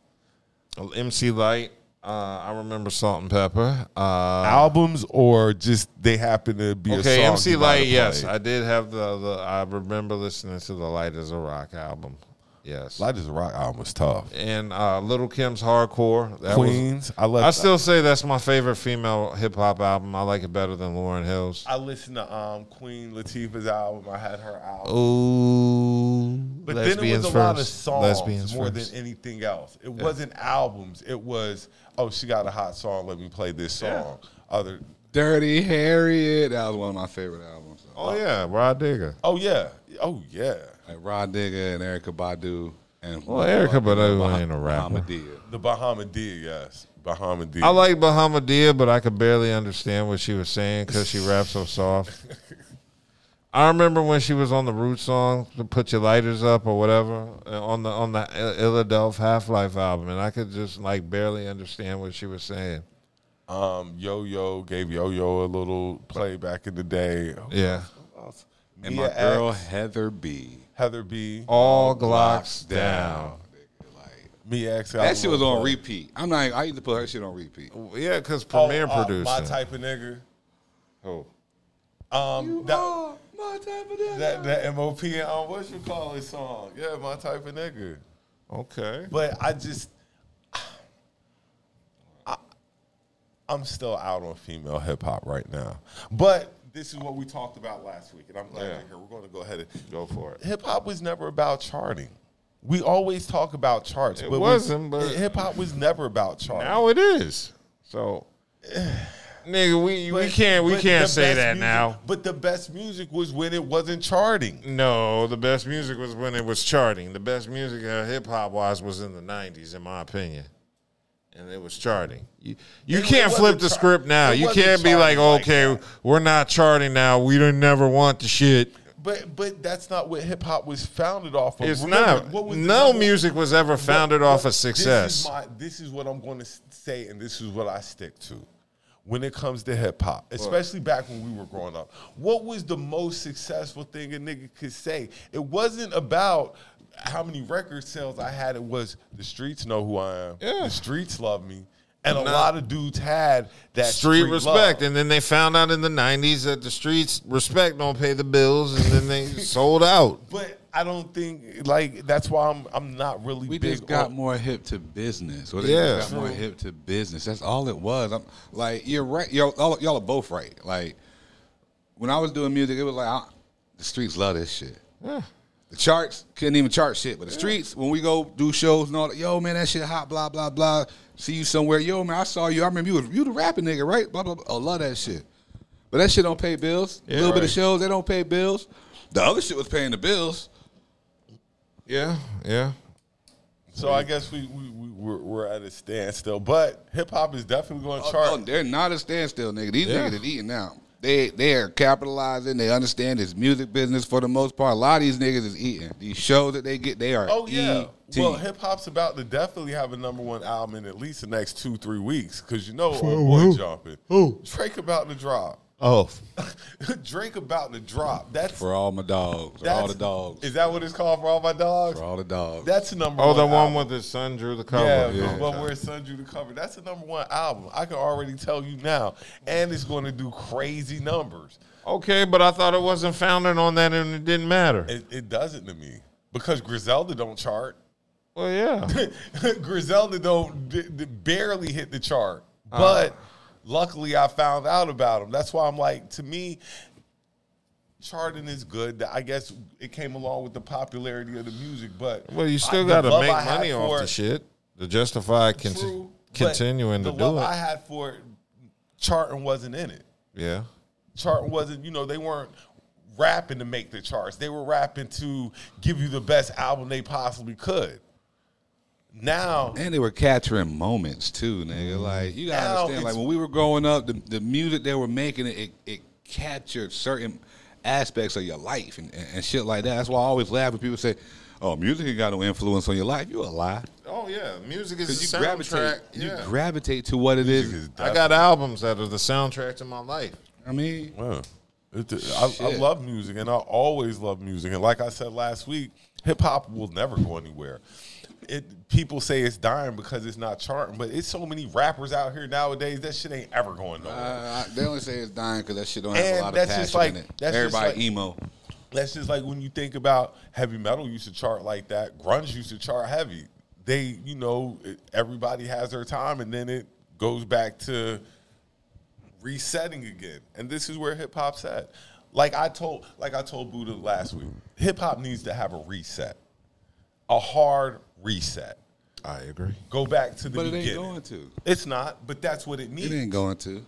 MC Light. Uh, I remember Salt and Pepper. Uh,
albums or just they happen to be a
Okay,
song
MC
you might
Light.
have
Yes,
played?
I did have the, the. I remember listening to the Light as a Rock album. Yes,
Light as a Rock album was tough.
and uh, Little Kim's Hardcore. That was.
Queens, I love.
I still say that's my favorite female hip hop album. I like it better than Lauren Hill's.
I listened to um, Queen Latifah's album. I had her album.
Ooh,
But then it was a lot of songs
Lesbians
more
first.
than anything else. It wasn't albums. It was oh she got a hot song. Let me play this song. Other
Dirty Harriet. That was one of my favorite albums.
Oh yeah, Rod Digger.
Oh yeah. Oh yeah.
Like Rod Digger and Erica Badu and
Well, Erica Badu ain't a rapper.
Bahamadia.
The Bahamadia, yes. Bahamadia.
I like Bahamadia, but I could barely understand what she was saying because she raps so soft. I remember when she was on the Root song, to "Put Your Lighters Up" or whatever, uh, on the on the Illadelph Half Life album, and I could just like barely understand what she was saying.
um Yo Yo gave Yo Yo a little play back in the day.
Yeah,
And
Mia
my girl
X,
Heather B.
Heather B.
all Glocks down.
Nigga, Like,
Mia X.
that shit was on repeat. I'm not. I used to put her shit on repeat.
Yeah, because
Oh,
Premiere
uh,
produced
My
it.
type of nigga.
Oh.
Um that,
my type of nigga.
that that MOP on um, what you call it song. Yeah, my type of nigga.
Okay.
But I just I, I'm still out on female hip hop right now. But this is what we talked about last week, and I'm glad
Yeah.
you're here. We're going to go ahead and
Go for it.
Hip hop was never about charting. We always talk about charts.
It wasn't, but-
hip hop was never about charting.
Now it is. So, nigga, we we
But-
can't we
but
can't
the
say
best
that
music-
now.
But the best music was when it wasn't charting.
No, the best music was when it was charting. The best music, uh, hip hop wise, was in the '90s, in my opinion, and it was charting. You, you
It- it
can't flip
wasn't
the
char-
script now.
it
You
wasn't
can't be like,
charting like
okay, we're not charting now. We don't never want the shit.
But but that's not what hip hop was founded off of.
It's
Remember,
not.
what was the
no
number-
music was ever founded off of
This is,
success.
my, this is what I'm going to say, and this is what I stick to when it comes to hip hop, especially back when we were growing up. What was the most successful thing a nigga could say? It wasn't about how many record sales I had, it was the streets know who I am,
Yeah.
the streets love me. And a
Nah.
lot of dudes had that
Street respect,
love.
and then they found out in the '90s that the streets respect don't pay the bills, and then they sold out.
But I don't think like that's why I'm I'm not really
We
big
just got
on-
more hip to business. Or they
Yeah.
just got more
True.
hip to business. That's all it was. I'm like you're right. Y'all, all, y'all are both right. Like when I was doing music, it was like I, the streets love this shit. The charts couldn't even chart shit, but the streets when we go do shows and all that. Yo man, that shit hot. Blah blah blah. See you somewhere. Yo man, I saw you. I remember you was you the rapping nigga, right? Blah blah. blah. I love that shit. But that shit don't pay bills. A little bit
right.
of shows, they don't pay bills. The other shit was paying the bills.
Yeah, yeah.
So I guess we, we, we we're, we're at a standstill. But hip hop is definitely going to
Oh,
chart.
oh, they're not a standstill, nigga. These
Yeah.
niggas is eating now. They they are capitalizing. They understand this music business for the most part. A lot of these niggas is eating. These shows that they get, they are. E
Oh yeah.
eating.
Well, hip hop's about to definitely have a number one album in at least the next two three weeks because you know old boy
who?
jumping.
Who?
Drake about to drop.
Oh,
Drake about to drop. That's
for all my dogs, for
that's
all the dogs,
Is that what it's called for all my dogs?
for all the dogs.
That's the number.
oh,
one
the one
album.
with his son drew the cover.
Yeah,
Yeah.
the one where it sends you the cover. That's the number one album. I can already tell you now, and it's going to do crazy numbers.
Okay, but I thought it wasn't founded on that, and it didn't matter.
It, it doesn't to me because Griselda don't chart.
well, yeah.
Griselda don't d- d- barely hit the chart,
Uh.
but luckily I found out about him. That's why I'm like, to me, charting is good. I guess it came along with the popularity of the music, but
Well, you
I-
still
the
got to
love
make
I had
money
for
off the
it-
shit to justify con-
True, but
continuing
the
to
love
do it.
I had for it, charting wasn't in it.
yeah.
chart wasn't, you know, they weren't rapping to make the charts. They were rapping to give you the best album they possibly could. Now,
And they were capturing moments too, nigga. Like you
Mm.
gotta
Now
understand,
it's-
like when we were growing up, the, the music they were making, it, it it captured certain aspects of your life and, and, and shit like that. That's why I always laugh when people say, "Oh, music ain't got no influence on your life." You a lie.
Oh yeah, music is
Because you
the soundtrack.
gravitate,
Yeah.
you gravitate to what it is.
I got albums that are the soundtrack to my life.
I mean,
Yeah. It- I, I
Shit.
love music, and I always love music. And like I said last week, hip hop will never go anywhere. It people say it's dying because it's not charting, but it's so many rappers out here nowadays. That shit ain't ever going nowhere.
uh, they only say it's dying because that shit don't have
And
a lot of
that's
passion
just like-
in it.
that's just
Everybody
like-
emo.
that's just like when you think about heavy metal used to chart like that. Grunge used to chart heavy. They, you know, it- everybody has their time, and then it goes back to resetting again. And this is where hip hop's at. Like I told, like I told Buddha last week, hip hop needs to have a reset, a hard reset.
I agree.
Go back to the
But it
beginning.
ain't going to.
It's not, but that's what it
It
needs.
ain't going to.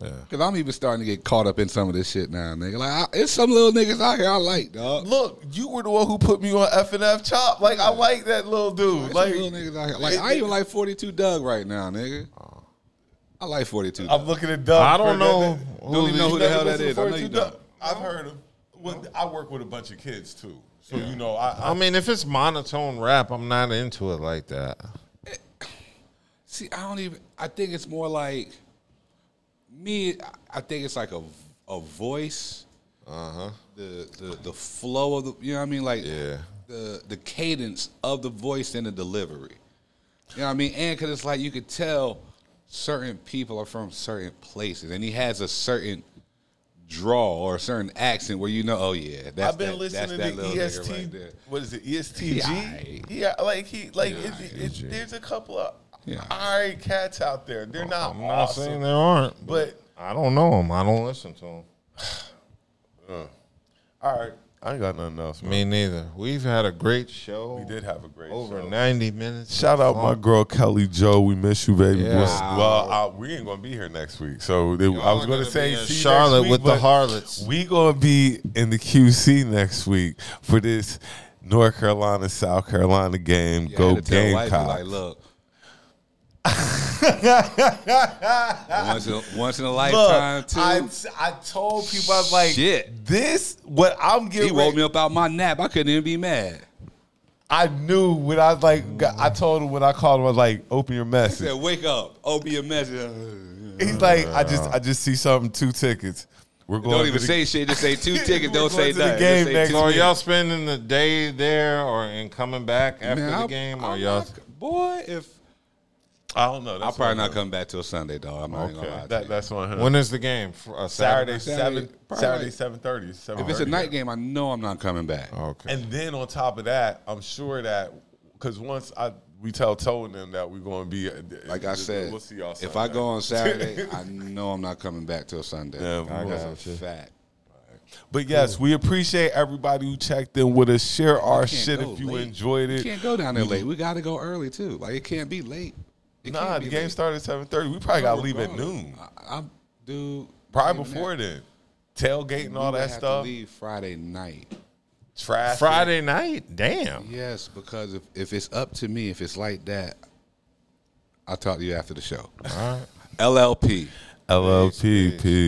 Yeah.
Cause I'm even starting to get caught up in some of this shit now, nigga. Like, I, it's some little niggas out here I like, dog.
Look, you were the one who put me on F and F Chop. Like I like that little dude.
Like,
Like
little niggas out here. Like
it-
I even like 42 Doug right now, nigga. I like 42. Doug.
I'm looking at Doug.
I don't
for-
know
that-
who Don't even
know who the
You
hell
listen
that is.
to
I know you
42
don't.
Doug? I've heard him. Well, I work with a bunch of kids too, so you know I. I
I mean, if it's monotone rap, I'm not into it like that.
See, I don't even. I think it's more like me. I- I think it's like a a voice. Uh huh. The, the the flow of the you know what I mean like
Yeah.
the the cadence of the voice and the delivery. You know what I mean? And because it's like you could tell certain people are from certain places, and he has a certain draw or a certain accent where you know, oh yeah, that's
I've been
that, that's
listening
that
to E
little nigga
EST.
right there.
what is it? E
He
ESTG.
aight.
Yeah, like he like it's,
aight.
it's, there's a couple of
He aight.
alright cats out there. They're not
I'm not saying
awesome,
there aren't, but
but
I don't know them. I don't listen to them.
all right. I ain't got nothing else. Man.
Me neither. We've had a great show.
We did have a great
over
show.
90 minutes.
Shout out my girl Kelly Joe. We miss you, baby.
Yeah.
What's- Well, uh, we ain't gonna be here next week, so they- I was
are
gonna,
gonna
say
be in
see you
Charlotte
next week,
with the
but
Harlots.
We gonna be in the QC next week for this North Carolina South Carolina game.
Yeah, I
Go
had to tell wifey,
Gamecock!
Like, look. once, in a, once in a lifetime,
Look,
too.
I, I told people I was like,
Shit.
this what I'm
he
getting.
woke
ready-
me up out my nap. I couldn't even be mad.
I knew when I was like, got- I told him when I called him, I was like, open your
He
message.
said, "Wake up, oh, be a message."
He's like, I just, I just see something. Two tickets. We're going.
Don't
to
even
the-
say shit. Just say two tickets.
We're
Don't
going
say
to the
nothing.
game
just say
next
two
So are
tickets.
y'all spending the day there or and coming back after
Man,
the
I-
game? Or
I'm
y'all?
not- boy, if
I don't know.
I'll
That's
probably
what
not come back till Sunday, dog. I'm not even gonna lie.
Okay,
to
that,
you.
that's on him.
When is the game? Fr- uh,
Saturday,
Saturday,
seven,
probably
Saturday
like-
seven thirty.
if it's a night game, I know I'm not coming back.
Okay.
and then on top of that, I'm sure that because once I we tell Toe and them that we're going to be
Like I said,
we'll see y'all.
if I
Sunday.
go on Saturday, I know I'm not coming back till Sunday.
Yeah, we
that's
got
a
you.
fact.
But yes, we appreciate everybody who checked in with us. Share our
can't
shit
go
if you
late.
enjoyed
We
it.
can't go down there late. We got to go early too. Like it can't be late. It
Nah,
can't be
the game
late.
started at seven thirty. We probably got to leave at
Regardless.
noon,
I, I dude.
probably
even
before
that,
then. Tailgate and
we
all
would
that
have
stuff.
To leave Friday night.
Trash.
Friday night? Damn.
Yes, because if, if it's up to me, if it's like that, I'll talk to you after the show.
All right.
LLP.
LLP.